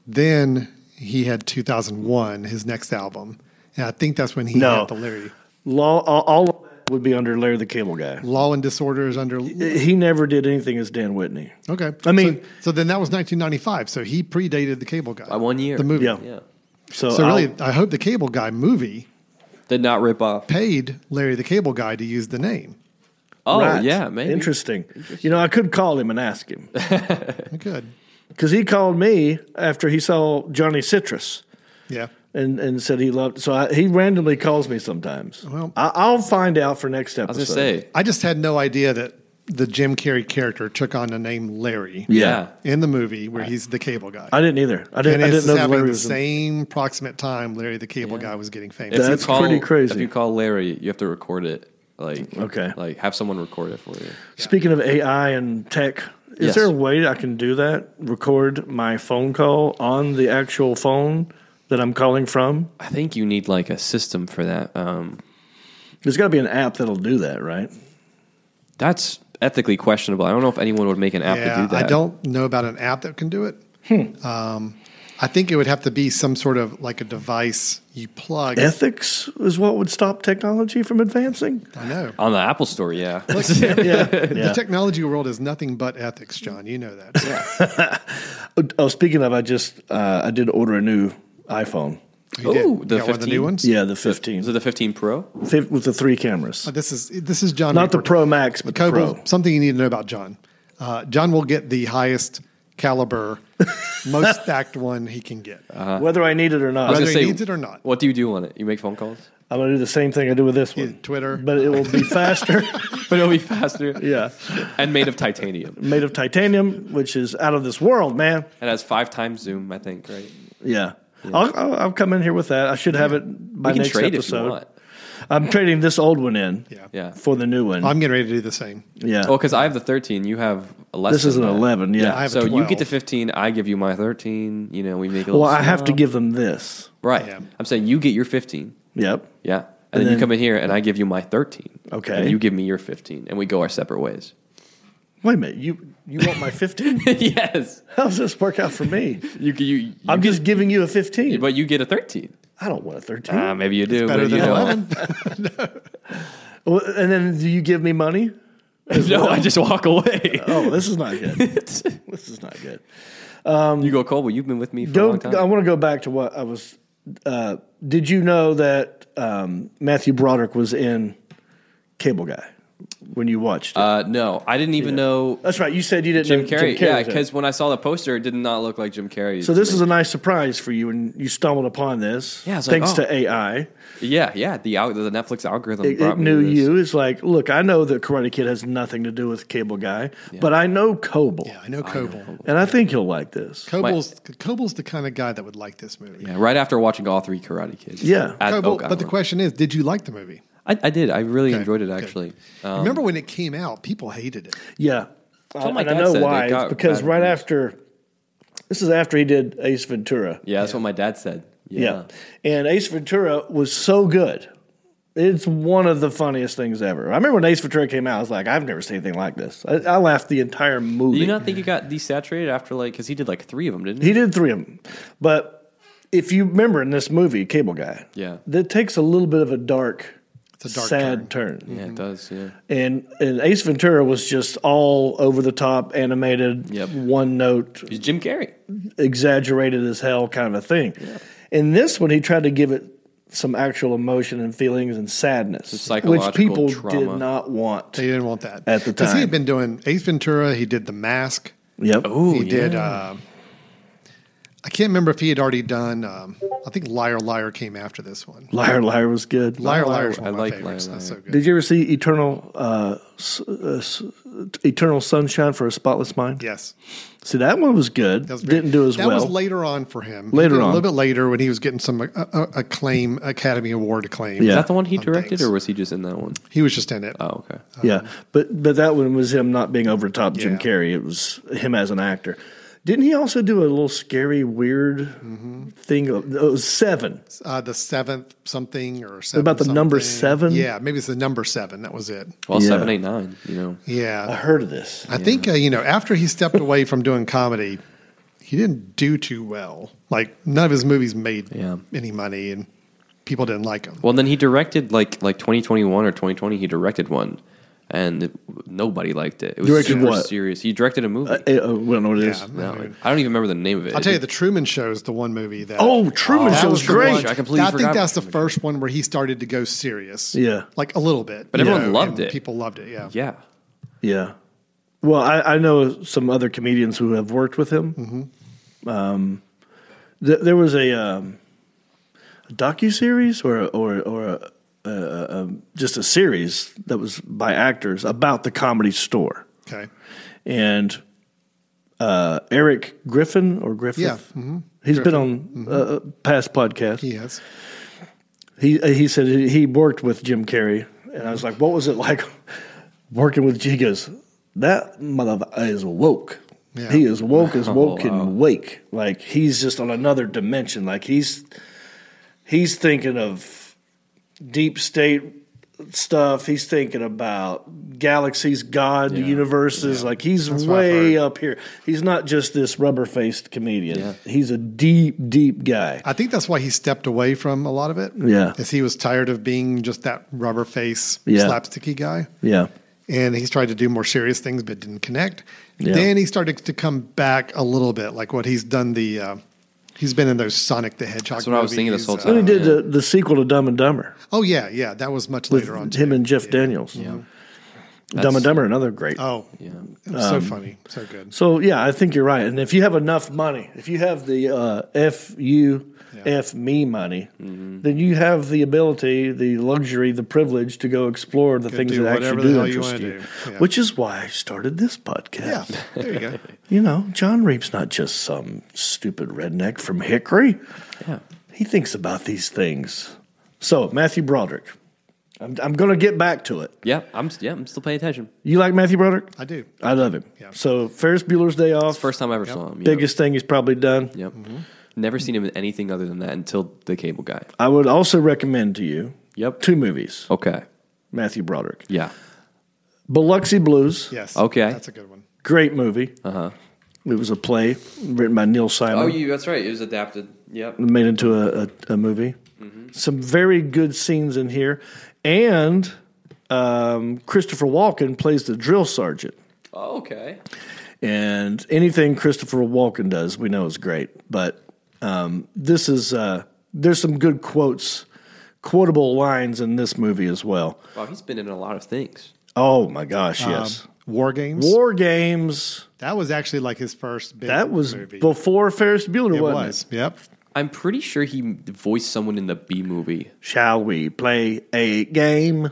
Speaker 5: then he had 2001 his next album and i think that's when he
Speaker 3: No.
Speaker 5: had the larry
Speaker 3: Law, all, all of that would be under Larry the Cable Guy.
Speaker 5: law and disorder is under
Speaker 3: He never did anything as Dan Whitney.
Speaker 5: okay
Speaker 3: I mean-
Speaker 5: so, so then that was 1995 so he predated the cable guy
Speaker 4: by one year.
Speaker 5: the movie
Speaker 3: Yeah.
Speaker 4: Yeah,
Speaker 3: So,
Speaker 5: so
Speaker 3: I'll-
Speaker 5: really i hope the cable guy movie
Speaker 4: did not rip off.
Speaker 5: paid larry the cable guy to use the name
Speaker 4: Oh
Speaker 3: Right.
Speaker 4: yeah, maybe.
Speaker 3: Interesting. You know, I could call him and ask him
Speaker 5: good
Speaker 3: because he called me after he saw Johnny Citrus
Speaker 5: yeah
Speaker 3: and, and said he loved. So I, he randomly calls me sometimes.
Speaker 5: Well-
Speaker 3: I, I'll find out for next
Speaker 4: I
Speaker 3: episode.
Speaker 4: was gonna say,
Speaker 5: i just had no idea that the jim carrey character took on the name larry
Speaker 4: yeah,
Speaker 5: in the movie where he's the cable guy.
Speaker 3: I didn't either. I
Speaker 5: and
Speaker 3: didn't. I
Speaker 5: it's
Speaker 3: didn't know that
Speaker 5: happening
Speaker 3: Larry
Speaker 5: the
Speaker 3: was. in-
Speaker 5: same proximate time Larry the Cable Guy was getting famous.
Speaker 4: If you
Speaker 3: That's pretty crazy.
Speaker 4: If you call Larry, you have to record it. Like
Speaker 3: Okay.
Speaker 4: like have someone record it for you.
Speaker 3: Speaking of AI and tech, is
Speaker 4: Yes.
Speaker 3: there a way I can do that? Record my phone call on the actual phone that I'm calling from.
Speaker 4: I think you need like a system for that. Um,
Speaker 3: There's got to be an app that'll do that, right?
Speaker 4: that's ethically questionable. I don't know if anyone would make an app to
Speaker 5: yeah,
Speaker 4: do that.
Speaker 5: I don't know about an app that can do it.
Speaker 3: Hmm.
Speaker 5: Um, I think it would have to be some sort of like a device you plug.
Speaker 3: Ethics is what would stop technology from advancing.
Speaker 5: I know.
Speaker 4: on the Apple Store. Yeah,
Speaker 3: Yeah,
Speaker 5: The technology world is nothing but ethics, John. You know that.
Speaker 3: Oh, speaking of, I just uh, I did order a new iPhone.
Speaker 5: You did.
Speaker 4: Ooh, the
Speaker 5: You got one of the
Speaker 4: 15?
Speaker 5: new ones.
Speaker 3: Yeah, the
Speaker 4: is
Speaker 3: 15
Speaker 4: it the 15 Pro?
Speaker 3: Fif- with the three cameras,
Speaker 5: Uh, This is this is John.
Speaker 3: not the
Speaker 5: Rupert.
Speaker 3: Pro Max, but the
Speaker 5: Coble,
Speaker 3: Pro.
Speaker 5: something you need to know about John. Uh, John will get the highest caliber, most stacked one he can get.
Speaker 3: Whether I need it or not,
Speaker 4: I was
Speaker 5: Whether
Speaker 4: gonna
Speaker 5: he
Speaker 4: say,
Speaker 5: needs it or not.
Speaker 4: What do you do on it? You make phone calls,
Speaker 3: I'm gonna do the same thing I do with this
Speaker 5: Yeah,
Speaker 3: one.
Speaker 5: Twitter.
Speaker 3: but it will be faster.
Speaker 4: but it'll be faster.
Speaker 3: yeah,
Speaker 4: and made of titanium.
Speaker 3: made of titanium, which is out of this world, man.
Speaker 4: It has five times zoom. I think. Right.
Speaker 3: Yeah. I'll, I'll, I'll come in here with that. I should have it by
Speaker 4: We can
Speaker 3: next
Speaker 4: trade if you
Speaker 3: episode.
Speaker 4: want.
Speaker 3: I'm trading this old one in
Speaker 5: yeah.
Speaker 4: Yeah.
Speaker 3: for the new one.
Speaker 5: I'm getting ready to do the same.
Speaker 3: yeah.
Speaker 4: Well, because I have the 13, you have a less.
Speaker 3: This is an
Speaker 4: than that.
Speaker 3: 11. Yeah.
Speaker 5: I have
Speaker 4: So
Speaker 5: a
Speaker 4: you
Speaker 5: 12.
Speaker 4: get to 15, I give you my 13. You know, we make a little.
Speaker 3: well, I have to
Speaker 4: swap.
Speaker 3: give them this.
Speaker 4: Right.
Speaker 5: Yeah.
Speaker 4: I'm saying you get your 15.
Speaker 3: Yep.
Speaker 4: Yeah. And, then,
Speaker 3: then-
Speaker 4: you come in here and I give you my 13.
Speaker 3: Okay.
Speaker 4: And you give me your 15 and we go our separate ways.
Speaker 3: Wait a minute. You you want my 15?
Speaker 4: yes.
Speaker 3: How does this work out for me?
Speaker 4: You, you, you
Speaker 3: I'm just giving you a 15.
Speaker 4: but you get a 13.
Speaker 3: I don't want a 13.
Speaker 4: Ah, maybe you do.
Speaker 5: Better
Speaker 4: but
Speaker 5: than
Speaker 4: you don't.
Speaker 5: 11.
Speaker 3: Well, and then do you give me money?
Speaker 4: no, I just walk away.
Speaker 3: Oh, this is not good. this is not good.
Speaker 4: you go, Cole, well, you've been with me for a
Speaker 3: Go,
Speaker 4: long time.
Speaker 3: I want to go back to what I was. Uh, did you know that um, Matthew Broderick was in Cable Guy when you watched it?
Speaker 4: uh, no, I didn't even know
Speaker 3: That's right. You said you didn't
Speaker 4: Jim
Speaker 3: know
Speaker 4: Carrey. yeah,
Speaker 3: was in it.
Speaker 4: because when I saw the poster, it did not look like Jim Carrey.
Speaker 3: so
Speaker 4: to
Speaker 3: this
Speaker 4: me.
Speaker 3: is a nice surprise for you, and you stumbled upon this.
Speaker 4: Yeah, it's like,
Speaker 3: thanks
Speaker 4: oh.
Speaker 3: to AI,
Speaker 4: Yeah, yeah. The, al- the Netflix algorithm
Speaker 3: it,
Speaker 4: brought
Speaker 3: it
Speaker 4: me
Speaker 3: knew
Speaker 4: to this.
Speaker 3: you. It's like, look, I know that Karate Kid has nothing to do with Cable Guy, but I know Coble,
Speaker 5: yeah, I know Coble.
Speaker 3: and I think you'll like this.
Speaker 5: Coble's, Coble's the kind of guy that would like this movie.
Speaker 4: Yeah, right after watching all three Karate Kids.
Speaker 3: Yeah.
Speaker 4: At
Speaker 5: Coble,
Speaker 4: Oak
Speaker 5: but the
Speaker 4: Island.
Speaker 5: question is, did you like the movie?
Speaker 4: I, I did. I really
Speaker 5: Okay,
Speaker 4: enjoyed it
Speaker 5: good.
Speaker 4: actually.
Speaker 5: Remember when it came out, people hated it.
Speaker 3: Yeah.
Speaker 4: what
Speaker 3: Uh,
Speaker 4: my
Speaker 3: and I
Speaker 4: dad
Speaker 3: know
Speaker 4: said.
Speaker 3: why.
Speaker 4: It
Speaker 3: It's
Speaker 4: got
Speaker 3: because
Speaker 4: bad
Speaker 3: right
Speaker 4: reviews.
Speaker 3: after, this is after he did Ace Ventura.
Speaker 4: Yeah, that's what my dad said. Yeah.
Speaker 3: Yeah. And Ace Ventura was so good. It's one of the funniest things ever. I remember when Ace Ventura came out, I was like, I've never seen anything like this. I, I laughed the entire
Speaker 4: Do
Speaker 3: movie.
Speaker 4: you not think it got desaturated after like because he did like three of them, didn't he?
Speaker 3: he did three of them. But if you remember in this movie, Cable Guy,
Speaker 4: Yeah.
Speaker 3: that takes a little bit of a dark,
Speaker 5: It's a dark
Speaker 3: sad turn.
Speaker 4: Yeah, it does. Yeah.
Speaker 3: And, and Ace Ventura was just all over the top, animated,
Speaker 4: Yep.
Speaker 3: one note,
Speaker 4: He's Jim Carrey.
Speaker 3: exaggerated as hell kind of a thing. In this one, he tried to give it some actual emotion and feelings and sadness,
Speaker 4: psychological
Speaker 3: which people
Speaker 4: trauma.
Speaker 3: did not want.
Speaker 5: They didn't want that
Speaker 3: At the
Speaker 5: 'Cause he
Speaker 3: time.
Speaker 5: had been doing Ace Ventura. He did The Mask.
Speaker 3: Yep.
Speaker 4: Oh,
Speaker 5: he did. Um, I can't remember if he had already done. Um, I think Liar Liar came after this one.
Speaker 3: Liar, liar was good.
Speaker 5: Liar Liar is
Speaker 4: Liar.
Speaker 5: one of
Speaker 4: I
Speaker 5: my
Speaker 4: like
Speaker 5: favorites.
Speaker 4: Liar
Speaker 5: That's
Speaker 4: Liar.
Speaker 5: so good.
Speaker 3: Did you ever see Eternal uh, S- uh, S- Eternal Sunshine for a Spotless Mind?
Speaker 5: yes,
Speaker 3: See, that one was good.
Speaker 5: That was very-
Speaker 3: Didn't do as
Speaker 5: that
Speaker 3: well.
Speaker 5: was later on for him. He
Speaker 3: Later
Speaker 5: did
Speaker 3: on.
Speaker 5: a little bit later when he was getting some uh, uh, acclaim, Academy Award acclaim.
Speaker 3: Yeah. Uh,
Speaker 4: Is that the one he
Speaker 5: Oh,
Speaker 4: directed,
Speaker 5: thanks.
Speaker 4: or was he just in that one?
Speaker 5: he was just in it.
Speaker 4: Oh, okay.
Speaker 3: yeah, but but that one was him not being over top Jim
Speaker 5: Yeah.
Speaker 3: Carrey. It was him as an actor. Didn't he also do a little scary, weird
Speaker 5: Mm-hmm.
Speaker 3: thing? Oh, It was seven.
Speaker 5: Uh, the seventh something or seven
Speaker 3: about the number
Speaker 5: something.
Speaker 3: seven?
Speaker 5: Yeah, maybe it's the number seven. That was it.
Speaker 4: Well,
Speaker 3: Yeah.
Speaker 4: seven, eight, nine. You know,
Speaker 5: Yeah,
Speaker 3: I heard of this.
Speaker 5: I think uh, you know after he stepped away from doing comedy, he didn't do too well. Like none of his movies made
Speaker 4: Yeah.
Speaker 5: any money, and people didn't like him.
Speaker 4: Well, then he directed like like 2021 or 2020. He directed one, and it- nobody liked it. It was
Speaker 3: Directed
Speaker 4: super
Speaker 3: what?
Speaker 4: serious. He directed a movie.
Speaker 3: I, Uh, I don't know what it is.
Speaker 5: Yeah.
Speaker 4: no, I don't even remember the name of it.
Speaker 5: I'll tell you, the Truman Show is the one movie that.
Speaker 3: Oh, Truman
Speaker 5: that
Speaker 3: Show
Speaker 5: was
Speaker 3: was
Speaker 5: the
Speaker 3: great.
Speaker 5: one-
Speaker 4: I completely
Speaker 5: I think
Speaker 4: forgot
Speaker 5: that's the
Speaker 4: about
Speaker 5: first one where he started to go serious.
Speaker 3: Yeah.
Speaker 5: like a little bit.
Speaker 4: But
Speaker 5: you
Speaker 4: everyone loved
Speaker 5: and
Speaker 4: it.
Speaker 5: People loved it. Yeah.
Speaker 4: yeah,
Speaker 3: Yeah. Well, I, I know some other comedians who have worked with him. Um,
Speaker 5: Mm-hmm.
Speaker 3: th- there was a, um, a docu series or or or a, a, a, um, just a series that was by actors about the Comedy Store,
Speaker 5: Okay.
Speaker 3: and uh, Eric Griffin or Griffith.
Speaker 5: Yeah, mhm.
Speaker 3: He's been on uh, past podcasts
Speaker 5: He is.
Speaker 3: he uh, he said he worked with Jim Carrey, and I was like, "What was it like working with?" Jim?" He goes, "That motherfucker is woke.
Speaker 5: Yeah.
Speaker 3: He is woke as woke
Speaker 4: Oh, wow.
Speaker 3: and wake. Like he's just on another dimension. Like he's he's thinking of deep state stuff. He's thinking about galaxies, God, the universes. Like he's
Speaker 5: what I've
Speaker 3: way
Speaker 5: heard.
Speaker 3: up here. He's not just this rubber faced comedian.
Speaker 4: Yeah.
Speaker 3: He's a deep, deep guy.
Speaker 5: I think that's why he stepped away from a lot of it.
Speaker 3: Yeah.
Speaker 5: Is he was tired of being just that rubber face
Speaker 3: Yeah.
Speaker 5: slapsticky guy.
Speaker 3: Yeah,
Speaker 5: and he's tried to do more serious things but didn't connect.
Speaker 3: Yeah.
Speaker 5: Then he started to come back a little bit, like what he's done. The uh, he's been in those Sonic the Hedgehog.
Speaker 4: That's what I was thinking this
Speaker 5: movies,
Speaker 4: whole
Speaker 3: Then
Speaker 5: uh,
Speaker 3: he did
Speaker 4: yeah.
Speaker 3: the, the sequel to Dumb and Dumber.
Speaker 5: oh yeah, yeah, that was much
Speaker 3: with
Speaker 5: later on.
Speaker 3: him
Speaker 5: too.
Speaker 3: and Jeff Daniels. Dumb
Speaker 4: That's-
Speaker 3: and Dumber, another great.
Speaker 5: oh yeah,
Speaker 3: Um,
Speaker 5: so funny, so good.
Speaker 3: So yeah, I think you're right. And if you have enough money, if you have the uh, f you f me money,
Speaker 5: Mm-hmm.
Speaker 3: then you have the ability, the luxury, the privilege to go explore the things
Speaker 5: do
Speaker 3: that
Speaker 5: whatever
Speaker 3: actually
Speaker 5: the
Speaker 3: do
Speaker 5: hell you
Speaker 3: interest
Speaker 5: wanna
Speaker 3: you.
Speaker 5: do. Yeah.
Speaker 3: Which is why I started this
Speaker 5: Yeah,
Speaker 3: podcast.
Speaker 5: there you go.
Speaker 3: You know, John Reap's not just some stupid redneck from Hickory.
Speaker 4: yeah.
Speaker 3: He thinks about these things. So Matthew Broderick, I'm, I'm going to get back to it.
Speaker 4: Yeah, I'm yeah, I'm still paying attention.
Speaker 3: You like Matthew Broderick?
Speaker 5: I do.
Speaker 3: I love him. So Ferris Bueller's Day Off,
Speaker 4: First time I ever saw him. you know.
Speaker 3: biggest thing he's probably done.
Speaker 4: Yep.
Speaker 5: Mm-hmm.
Speaker 4: Never seen him in anything other than that until The Cable Guy.
Speaker 3: I would also recommend to you
Speaker 4: Yep.
Speaker 3: two movies.
Speaker 4: Okay.
Speaker 3: Matthew Broderick,
Speaker 4: Yeah.
Speaker 3: Biloxi Blues,
Speaker 5: Yes.
Speaker 4: Okay.
Speaker 5: That's a good one.
Speaker 3: great movie. Uh huh.
Speaker 4: Uh-huh.
Speaker 3: It was a play written by Neil Simon,
Speaker 4: Oh, That's right. It was adapted. Yep.
Speaker 3: made into a, a, a movie. Some very good scenes in here, and um, Christopher Walken plays the drill sergeant.
Speaker 4: Oh, okay.
Speaker 3: and anything Christopher Walken does, we know is great. But um, this is uh, there's some good quotes, quotable lines in this movie as well.
Speaker 4: Wow, he's been in a lot of things.
Speaker 3: Oh my gosh, yes,
Speaker 5: Um, War Games.
Speaker 3: War Games.
Speaker 5: that was actually like his first big
Speaker 3: That was
Speaker 5: movie.
Speaker 3: before Ferris Bueller,
Speaker 5: it
Speaker 3: wasn't
Speaker 5: was.
Speaker 3: it?
Speaker 5: Yep.
Speaker 4: I'm pretty sure he voiced someone in the B movie.
Speaker 3: Shall we play a game?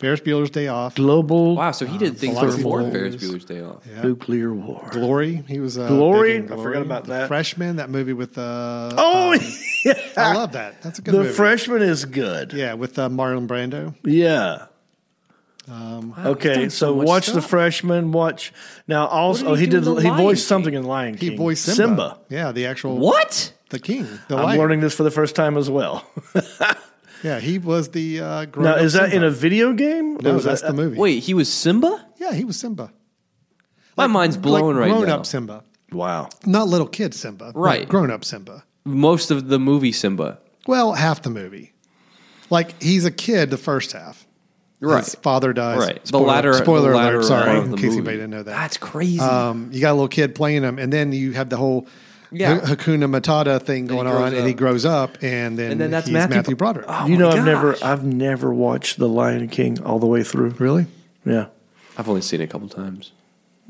Speaker 5: Ferris Bueller's Day Off.
Speaker 3: Global
Speaker 4: Wow, Ah, so he did things
Speaker 5: Biloxi
Speaker 4: before
Speaker 5: Blues.
Speaker 4: Ferris Bueller's Day Off.
Speaker 3: nuclear war.
Speaker 5: Glory. He was uh,
Speaker 3: Glory?
Speaker 5: big in
Speaker 3: I forgot about
Speaker 5: The
Speaker 3: that.
Speaker 5: Freshman. That movie with uh,
Speaker 3: Oh, yeah.
Speaker 5: I love that. That's a good
Speaker 3: the
Speaker 5: movie.
Speaker 3: freshman is good.
Speaker 5: Yeah, with uh, Marlon Brando.
Speaker 3: Yeah. okay,
Speaker 4: done so
Speaker 3: so
Speaker 4: much
Speaker 3: watch the
Speaker 4: stuff.
Speaker 3: freshman. Watch now. Also,
Speaker 4: What
Speaker 3: he did.
Speaker 4: did he do in The
Speaker 3: He
Speaker 4: Lion
Speaker 3: voiced
Speaker 4: King?
Speaker 3: something in Lion King.
Speaker 5: He voiced Simba. Yeah, the actual
Speaker 4: What?
Speaker 5: the king. The
Speaker 3: I'm
Speaker 5: lion.
Speaker 3: learning this for the first time as well.
Speaker 5: Yeah, he was the uh, grown
Speaker 3: now,
Speaker 5: up
Speaker 3: is that
Speaker 5: Simba.
Speaker 3: in a video game?
Speaker 5: No,
Speaker 3: Or is
Speaker 5: that's
Speaker 3: that-
Speaker 5: the movie.
Speaker 4: Wait, he was Simba?
Speaker 5: yeah, he was Simba.
Speaker 4: My mind's blown
Speaker 5: like,
Speaker 4: right
Speaker 5: grown
Speaker 4: now.
Speaker 5: up Simba,
Speaker 3: Wow.
Speaker 5: not little kid Simba. like
Speaker 4: Right.
Speaker 5: grown up Simba.
Speaker 4: Most of the movie Simba.
Speaker 5: Well, half the movie. Like he's a kid the first half.
Speaker 4: Right.
Speaker 5: His father dies.
Speaker 4: Right. The latter- the
Speaker 5: Spoiler
Speaker 4: latter
Speaker 5: alert. Sorry,
Speaker 4: part of
Speaker 5: in
Speaker 4: the
Speaker 5: case
Speaker 4: movie.
Speaker 5: anybody didn't know that.
Speaker 4: That's crazy.
Speaker 5: Um, you got a little kid playing him, and then you have the whole
Speaker 4: Yeah.
Speaker 5: Hakuna Matata thing
Speaker 4: he
Speaker 5: going
Speaker 4: grows
Speaker 5: on, and he
Speaker 4: up.
Speaker 5: grows up, and then,
Speaker 4: And then that's
Speaker 5: he's
Speaker 4: Matthew
Speaker 5: Matthew,
Speaker 4: Bro-
Speaker 5: Broderick.
Speaker 4: Oh
Speaker 3: you know,
Speaker 4: my
Speaker 3: I've never,
Speaker 4: gosh.
Speaker 3: I've never watched The Lion King all the way through.
Speaker 5: Really?
Speaker 3: Yeah,
Speaker 4: I've only seen it a couple times.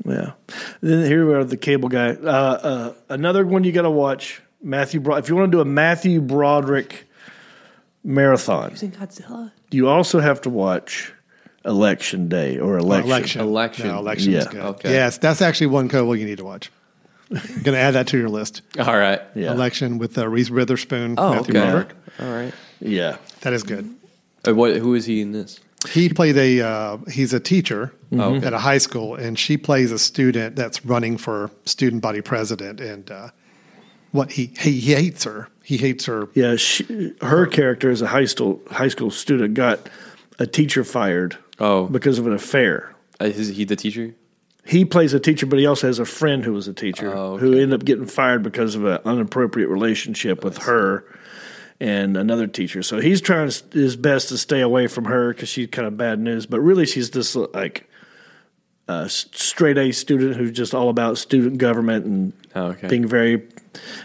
Speaker 3: yeah. Then here we are, the cable guy. Uh, uh, another one you got to watch, Matthew. Bro- if you want to do a Matthew Broderick marathon,
Speaker 4: Seen Godzilla?
Speaker 3: you also have to watch Election Day or Election.
Speaker 5: Election.
Speaker 4: Election.
Speaker 5: No, election is
Speaker 3: Yeah.
Speaker 5: good.
Speaker 4: Okay.
Speaker 5: Yes, that's actually one Coble you need to watch. Going to add that to your list.
Speaker 4: All right.
Speaker 3: Yeah,
Speaker 5: Election with uh, Reese Witherspoon,
Speaker 4: Oh,
Speaker 5: Matthew
Speaker 4: okay.
Speaker 5: Broderick.
Speaker 4: All right.
Speaker 3: yeah.
Speaker 5: That is good.
Speaker 4: Uh, what, who is he in this?
Speaker 5: He played a, uh, he's a teacher
Speaker 4: Oh, okay.
Speaker 5: at a high school, and she plays a student that's running for student body president. And uh, what he, he, he hates her. He hates her.
Speaker 3: Yeah, she, her character as a high school high school student got a teacher fired
Speaker 4: Oh.
Speaker 3: because of an affair.
Speaker 4: Uh, Is he the teacher?
Speaker 3: He plays a teacher, but he also has a friend who was a teacher
Speaker 4: Oh,
Speaker 3: who
Speaker 4: okay.
Speaker 3: ended up getting fired because of an inappropriate relationship with her and another teacher. So he's trying s- his best to stay away from her because she's kind of bad news. But really, she's this like uh, s- straight A student who's just all about student government and
Speaker 4: Oh, okay.
Speaker 3: being very.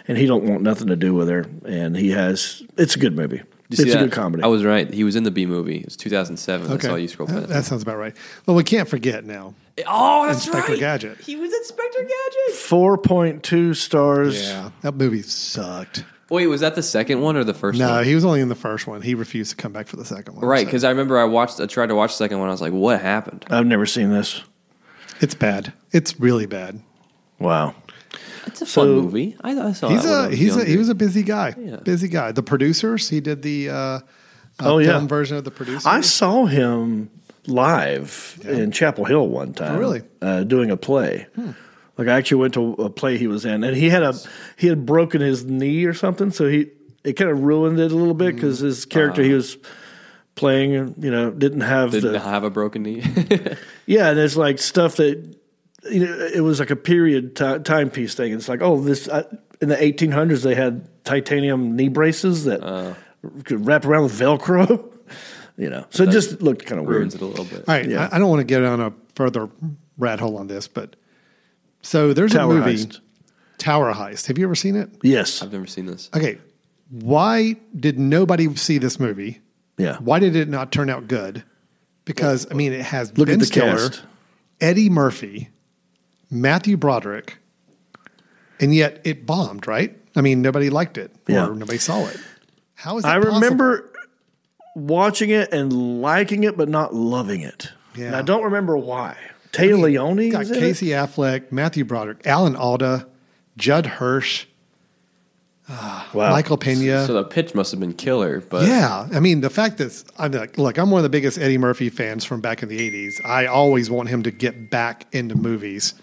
Speaker 3: And he don't want nothing to do with her. And he has. It's a good movie.
Speaker 4: You
Speaker 3: It's
Speaker 4: see
Speaker 3: a
Speaker 4: that?
Speaker 3: good comedy.
Speaker 4: I was right. He was in the B movie. It was 2007. Uh, That's all you scroll
Speaker 5: That,
Speaker 4: past.
Speaker 5: that sounds about right. Well, we can't forget now.
Speaker 4: oh, that's
Speaker 5: Inspector
Speaker 4: right.
Speaker 5: Gadget.
Speaker 4: He was Inspector Gadget.
Speaker 3: Four point two stars.
Speaker 5: Yeah, that movie sucked.
Speaker 4: Wait, was that the second one or the first
Speaker 5: No,
Speaker 4: one?
Speaker 5: he was only in the first one. He refused to come back for the second one.
Speaker 4: right,
Speaker 5: so
Speaker 4: because I remember I watched. I tried to watch the second one. I was like, "What happened?"
Speaker 3: I've never seen this.
Speaker 5: it's bad. It's really bad.
Speaker 3: Wow.
Speaker 4: It's a
Speaker 3: So-
Speaker 4: fun movie. I, I saw.
Speaker 5: He's
Speaker 4: that when I
Speaker 5: a
Speaker 4: was
Speaker 5: he's a,
Speaker 4: younger.
Speaker 5: he was a busy guy.
Speaker 4: Yeah.
Speaker 5: Busy guy. The producers. He did the uh, uh,
Speaker 3: Oh, yeah.
Speaker 5: film version of the producers.
Speaker 3: I saw him live in Chapel Hill one time.
Speaker 5: Oh, really?
Speaker 3: Uh, doing a play.
Speaker 4: Hmm.
Speaker 3: Like I actually went to a play he was in, and he had a he had broken his knee or something, so he it kind of ruined it a little bit because
Speaker 4: Hmm.
Speaker 3: his character he was playing, you know, didn't have
Speaker 4: Uh-huh. didn't
Speaker 3: the
Speaker 4: have a broken knee.
Speaker 3: yeah, and it's like stuff that you know it was like a period ti timepiece thing. It's like oh this I, in the 1800s they had titanium knee braces that
Speaker 4: Uh.
Speaker 3: could wrap around with Velcro, you know. So it just looked kind of weird.
Speaker 4: Ruins it a little bit.
Speaker 5: All right. I, I don't want to get on a further rat hole on this, but so there's
Speaker 3: Tower
Speaker 5: a movie
Speaker 3: Heist.
Speaker 5: Tower Heist. Have you ever seen it?
Speaker 3: Yes.
Speaker 4: I've never seen this.
Speaker 5: Okay. Why did nobody see this movie?
Speaker 3: Yeah.
Speaker 5: Why did it not turn out good? Because I mean, it has
Speaker 3: Look
Speaker 5: Ben
Speaker 3: at the
Speaker 5: Stiller,
Speaker 3: cast.
Speaker 5: Eddie Murphy, Matthew Broderick, and yet it bombed. Right? I mean, nobody liked it
Speaker 3: Yeah.
Speaker 5: or nobody saw it. How is that
Speaker 3: I
Speaker 5: possible?
Speaker 3: remember watching it and liking it, but not loving it.
Speaker 5: Yeah.
Speaker 3: And I don't remember why. Taylor Leone
Speaker 5: You
Speaker 3: is
Speaker 5: got
Speaker 3: in it?
Speaker 5: Casey Affleck, Matthew Broderick, Alan Alda, Judd Hirsch,
Speaker 3: Wow.
Speaker 5: Michael Pena.
Speaker 4: So the pitch must have been killer. But
Speaker 5: yeah, I mean the fact that I'm like, look, I'm one of the biggest Eddie Murphy fans from back in the '80s. I always want him to get back into movies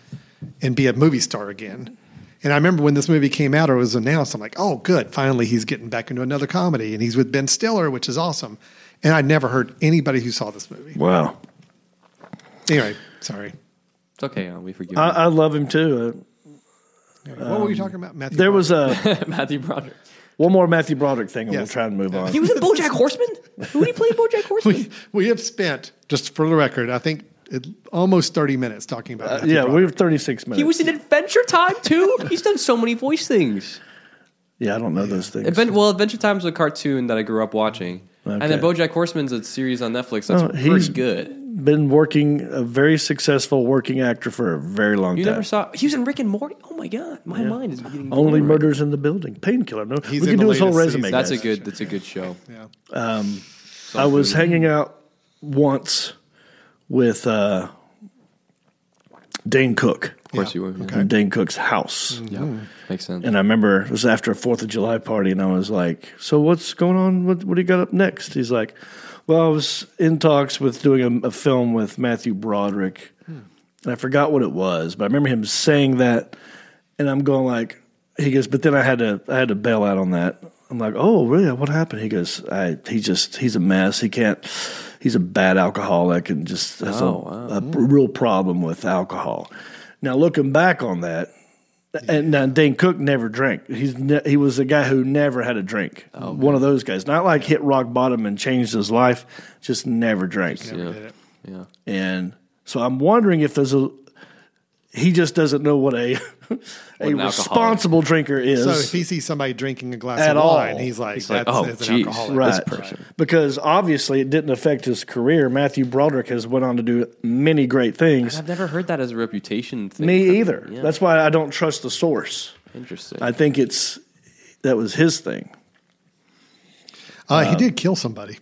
Speaker 5: and be a movie star again. And I remember when this movie came out or was announced, I'm like, oh, good, finally he's getting back into another comedy, and he's with Ben Stiller, which is awesome. And I never heard anybody who saw this movie.
Speaker 3: Wow.
Speaker 5: Anyway, sorry.
Speaker 4: it's okay. uh, We forgive.
Speaker 3: I,
Speaker 4: you.
Speaker 3: I love him too.
Speaker 5: what were you talking about, Matthew?
Speaker 3: Uh, there was a
Speaker 4: Matthew Broderick.
Speaker 3: one more Matthew Broderick thing, and
Speaker 5: Yes.
Speaker 3: we'll try and move on.
Speaker 4: was in BoJack Horseman. Who did he play in BoJack Horseman?
Speaker 5: we, we have spent, just for the record, I think it, almost 30 minutes talking about Matthew
Speaker 3: Uh, yeah, we
Speaker 5: Broderick.
Speaker 3: have 36 minutes.
Speaker 4: He was in Adventure Time too. He's done so many voice things.
Speaker 3: yeah, I don't know those things.
Speaker 4: Advent, well, Adventure Time's a cartoon that I grew up watching, and then
Speaker 3: Okay.
Speaker 4: BoJack Horseman's a series on Netflix that's
Speaker 3: Oh, he's-
Speaker 4: pretty good.
Speaker 3: Been working, a very successful working actor for a very long
Speaker 4: You
Speaker 3: time.
Speaker 4: never saw? He was in Rick and Morty. Oh my god, my mind is getting
Speaker 3: Only
Speaker 4: blurred.
Speaker 3: murders in the building. Painkiller. No,
Speaker 5: He's
Speaker 3: we can
Speaker 5: in the
Speaker 3: do his whole
Speaker 5: latest
Speaker 3: resume.
Speaker 5: season.
Speaker 4: That's
Speaker 3: guys.
Speaker 4: a good. That's a good show.
Speaker 3: I was hanging out once with uh, Dane Cook,
Speaker 4: Of course, you were.
Speaker 3: at Dane Cook's house.
Speaker 4: Yeah, makes sense.
Speaker 3: And I remember it was after a Fourth of July party, and I was like, "So what's going on? What, what do you got up next?" He's like, "Well, I was in talks with doing a, a film with Matthew Broderick, and I forgot what it was, but I remember him saying that, and I'm going like, he goes, but then I had to I had to bail out on that. I'm like, oh really? What happened? He goes, I he just he's a mess. He can't. He's a bad alcoholic and just has a, a real problem with alcohol. Now looking back on that, and now Dane Cook never drank. He's ne- he was a guy who never had a drink. One of those guys, not like hit rock bottom and changed his life, just never drank.
Speaker 4: yeah, yeah.
Speaker 3: And so I'm wondering if there's a He just doesn't know what a a
Speaker 4: an alcoholic.
Speaker 3: responsible drinker is.
Speaker 5: So if he sees somebody drinking a glass
Speaker 3: At
Speaker 5: of wine,
Speaker 3: all.
Speaker 5: he's like,
Speaker 4: He's like,
Speaker 5: that's,
Speaker 4: oh,
Speaker 5: that's an
Speaker 4: geez,
Speaker 5: alcoholic.
Speaker 3: right.
Speaker 4: this person.
Speaker 3: Because obviously it didn't affect his career. Matthew Broderick has went on to do many great things.
Speaker 4: I've never heard that as a reputation thing.
Speaker 3: Me
Speaker 4: from-
Speaker 3: either.
Speaker 4: Yeah,
Speaker 3: That's why I don't trust the source.
Speaker 4: interesting.
Speaker 3: I think it's that was his thing.
Speaker 5: Uh, he did kill somebody.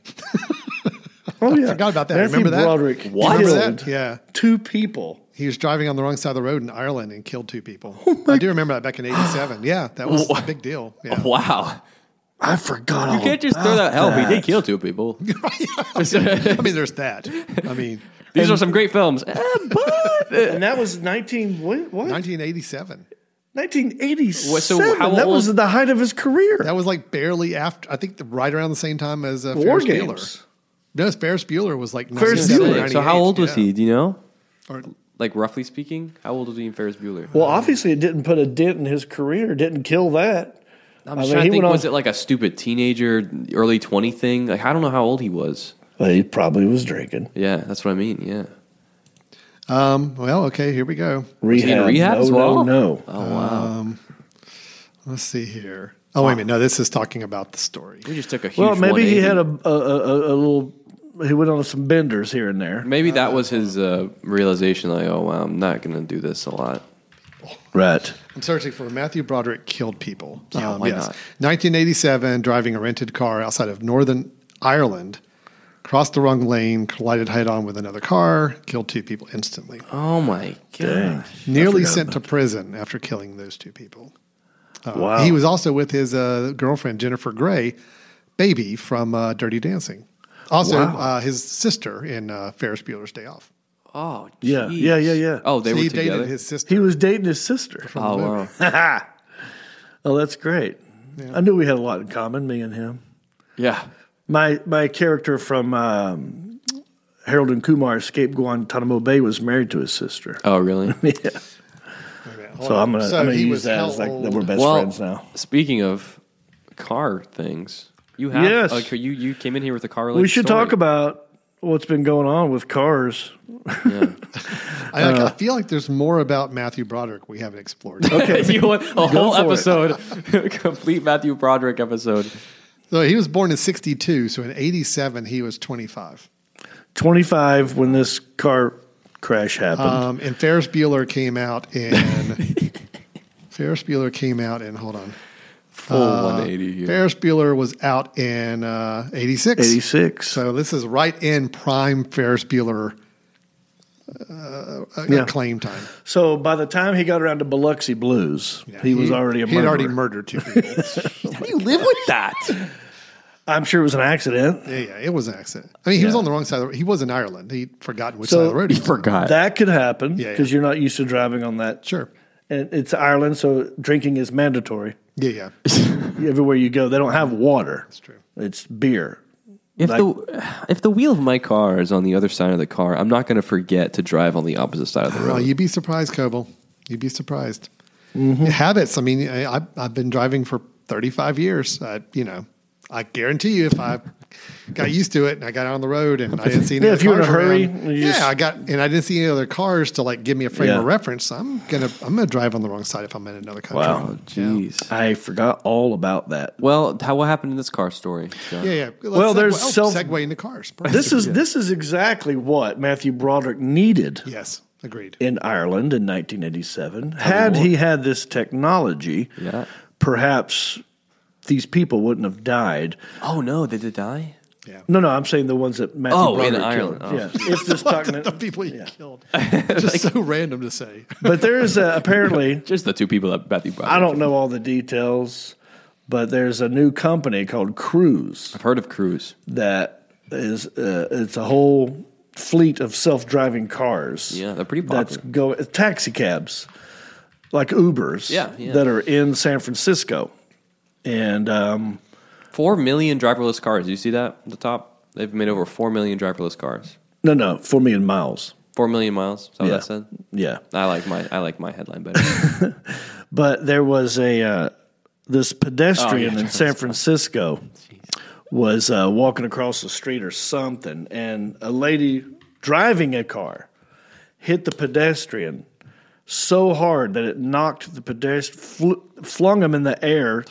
Speaker 3: Oh yeah,
Speaker 5: forgot about that.
Speaker 3: Matthew
Speaker 5: Remember that?
Speaker 3: Broderick
Speaker 5: What? Remember that?
Speaker 3: killed
Speaker 5: Yeah.
Speaker 3: two people.
Speaker 5: He was driving on the wrong side of the road in Ireland and killed two people.
Speaker 4: Oh
Speaker 5: I do remember that back in 87. yeah, that was a big deal. Yeah.
Speaker 4: wow.
Speaker 3: I forgot.
Speaker 4: You
Speaker 3: all
Speaker 4: can't just throw
Speaker 3: about
Speaker 4: that. Hell, we
Speaker 3: that.
Speaker 4: did kill two people.
Speaker 5: I mean, there's that. I mean,
Speaker 4: These are some great films. Eh, but
Speaker 3: And that was nineteen. What? what?
Speaker 5: 1987.
Speaker 3: Nineteen eighty-seven.
Speaker 4: What, so how
Speaker 3: that
Speaker 4: old-
Speaker 3: was the height of his career.
Speaker 5: That was like barely after, I think, the, right around the same time as uh,
Speaker 3: War
Speaker 5: Ferris Bueller.
Speaker 3: games.
Speaker 5: No, it's Ferris Bueller was like
Speaker 3: Ferris
Speaker 5: 97,
Speaker 3: Bueller.
Speaker 5: 98,
Speaker 4: so how old was
Speaker 5: yeah.
Speaker 4: he? Do you know?
Speaker 5: Or-
Speaker 4: Like roughly speaking, how old was he in Ferris Bueller?
Speaker 3: Well, obviously, it didn't put a dent in his career. Didn't kill that.
Speaker 4: I'm
Speaker 3: I mean,
Speaker 4: just trying
Speaker 3: he
Speaker 4: to think.
Speaker 3: went
Speaker 4: Was
Speaker 3: on-
Speaker 4: it like a stupid teenager, early twenty thing? Like I don't know how old he was.
Speaker 3: Well, he probably was drinking.
Speaker 4: Yeah, that's what I mean. Yeah.
Speaker 5: um, well, okay, here we go.
Speaker 3: Rehab.
Speaker 4: in rehab
Speaker 3: no,
Speaker 4: as well?
Speaker 3: No, no.
Speaker 4: Oh wow.
Speaker 5: Let's see here. Oh, wait a minute. No, this is talking about the story.
Speaker 4: we just took a huge.
Speaker 3: well, maybe he
Speaker 4: 180.
Speaker 3: had a a, a a- a little. He went on some benders here and there.
Speaker 4: Maybe that was his uh, realization. Like, oh wow, I'm not going to do this a lot.
Speaker 3: Right.
Speaker 5: I'm searching for Matthew Broderick killed people. Um,
Speaker 4: Yeah, why not?
Speaker 5: 1987, driving a rented car outside of Northern Ireland, crossed the wrong lane, collided head on with another car, killed two people instantly.
Speaker 4: Oh my god.
Speaker 5: Nearly sent to prison after killing those two people. Uh,
Speaker 3: wow.
Speaker 5: He was also with his uh, girlfriend, Jennifer Gray, baby from uh, Dirty Dancing. Also, uh, his sister in uh, Ferris Bueller's Day Off.
Speaker 4: Oh
Speaker 3: Yeah,
Speaker 4: jeez.
Speaker 3: yeah, yeah, yeah.
Speaker 4: Oh, they
Speaker 5: So
Speaker 4: were
Speaker 5: he
Speaker 4: together.
Speaker 5: dated his sister.
Speaker 3: He was dating his sister.
Speaker 4: oh wow.
Speaker 3: Oh, that's great. I knew we had a lot in common, me and him.
Speaker 4: yeah.
Speaker 3: My my character from um, Harold and Kumar Escape Guantanamo Bay was married to his sister.
Speaker 4: Oh really?
Speaker 3: yeah.
Speaker 5: Hold
Speaker 3: So
Speaker 5: on.
Speaker 3: I'm gonna, I'm gonna
Speaker 5: he
Speaker 3: use
Speaker 5: was
Speaker 3: that
Speaker 5: how
Speaker 3: as like that
Speaker 5: old?
Speaker 3: we're best
Speaker 4: Well-
Speaker 3: friends now.
Speaker 4: Speaking of car things, you have
Speaker 3: Yes.
Speaker 4: like you you came in here with a car.
Speaker 3: We should talk about what's been going on with cars.
Speaker 5: I,
Speaker 3: Uh.
Speaker 5: like- I feel like there's more about Matthew Broderick we haven't explored.
Speaker 4: you want a whole
Speaker 3: for it.
Speaker 4: episode, complete Matthew Broderick episode.
Speaker 5: so he was born in 62. So in 87, he was 25.
Speaker 3: 25 when this car crash happened.
Speaker 5: Um, and Ferris Bueller came out in. Ferris Bueller came out in, hold on.
Speaker 4: Full
Speaker 3: Uh,
Speaker 4: 180 here.
Speaker 5: Ferris Bueller was out in uh, 86.
Speaker 3: 86.
Speaker 5: So this is right in prime Ferris Bueller uh,
Speaker 3: Yeah.
Speaker 5: acclaim time.
Speaker 3: so by the time he got around to Biloxi Blues, he, was already a
Speaker 5: he had
Speaker 3: murderer.
Speaker 5: already murdered two people.
Speaker 4: How do you live with that?
Speaker 3: I'm sure it was an accident.
Speaker 5: yeah, yeah, it was an accident. I mean, he was
Speaker 3: Yeah.
Speaker 5: on the wrong side. of the road. He was in Ireland. He'd forgotten which
Speaker 3: So-
Speaker 5: side of the road he was on.
Speaker 3: That could happen
Speaker 5: Yeah, yeah.
Speaker 3: because you're not used to driving on that
Speaker 5: Sure.
Speaker 3: and it's Ireland, so drinking is mandatory
Speaker 5: Yeah, yeah.
Speaker 3: everywhere you go. They don't have water;
Speaker 5: That's true.
Speaker 3: it's beer.
Speaker 4: If
Speaker 3: Like-
Speaker 4: the if the wheel of my car is on the other side of the car, I'm not going to forget to drive on the opposite side
Speaker 3: Ah,
Speaker 4: of the
Speaker 5: Oh,
Speaker 4: road.
Speaker 5: you'd be surprised, Coble. You'd be surprised.
Speaker 3: Mm-hmm.
Speaker 5: Habits. I mean, I, I've- I've been driving for 35 years. I, you know, I guarantee you, if I got used to it and I got on the road and I didn't see any
Speaker 3: Yeah,
Speaker 5: other
Speaker 3: if you're in a
Speaker 5: cars
Speaker 3: hurry,
Speaker 5: around,
Speaker 3: you
Speaker 5: yeah,
Speaker 3: just-
Speaker 5: I got and I didn't see any other cars to like give me a frame
Speaker 3: Yeah.
Speaker 5: of reference. I'm gonna I'm gonna drive on the wrong side if I'm in another country.
Speaker 3: Wow.
Speaker 4: Jeez.
Speaker 3: I forgot all about that.
Speaker 4: Well, how what happened in this car story? John?
Speaker 5: Yeah, yeah. Let's
Speaker 3: Well, there's
Speaker 5: segue,
Speaker 3: self-
Speaker 5: segue into cars.
Speaker 3: This is this is exactly what Matthew Broderick needed
Speaker 5: yes, agreed.
Speaker 3: in Ireland in 1987. had he had this technology,
Speaker 4: Yeah.
Speaker 3: perhaps these people wouldn't have died.
Speaker 4: Oh no, did it die?
Speaker 3: No, no, I'm saying the ones that Matthew
Speaker 4: Oh, in
Speaker 3: Broderick
Speaker 4: Ireland.
Speaker 3: killed.
Speaker 4: Oh.
Speaker 3: Yeah, if this techno-
Speaker 5: the people you killed. Just so random to say.
Speaker 3: but there is a, apparently
Speaker 4: Just the two people that Matthew Broderick.
Speaker 3: I don't know all the details, but there's a new company called Cruise
Speaker 4: I've heard of Cruise.
Speaker 3: that is uh, it's a whole fleet of self-driving cars.
Speaker 4: Yeah, they're pretty
Speaker 3: That's
Speaker 4: popular.
Speaker 3: go taxi cabs, like Ubers.
Speaker 4: Yeah, yeah.
Speaker 3: that are in San Francisco, and um,
Speaker 4: Four million driverless cars. You see that at the top? They've made over four million driverless cars.
Speaker 3: no, no, four million miles.
Speaker 4: Four million miles. Is that
Speaker 3: Yeah.
Speaker 4: what that said?
Speaker 3: Yeah,
Speaker 4: I like my I like my headline better.
Speaker 3: but there was a uh, this pedestrian
Speaker 4: Oh, yeah,
Speaker 3: in San Francisco was uh, walking across the street or something, and a lady driving a car hit the pedestrian, so hard that it knocked the pedestrian, fl- flung him in the air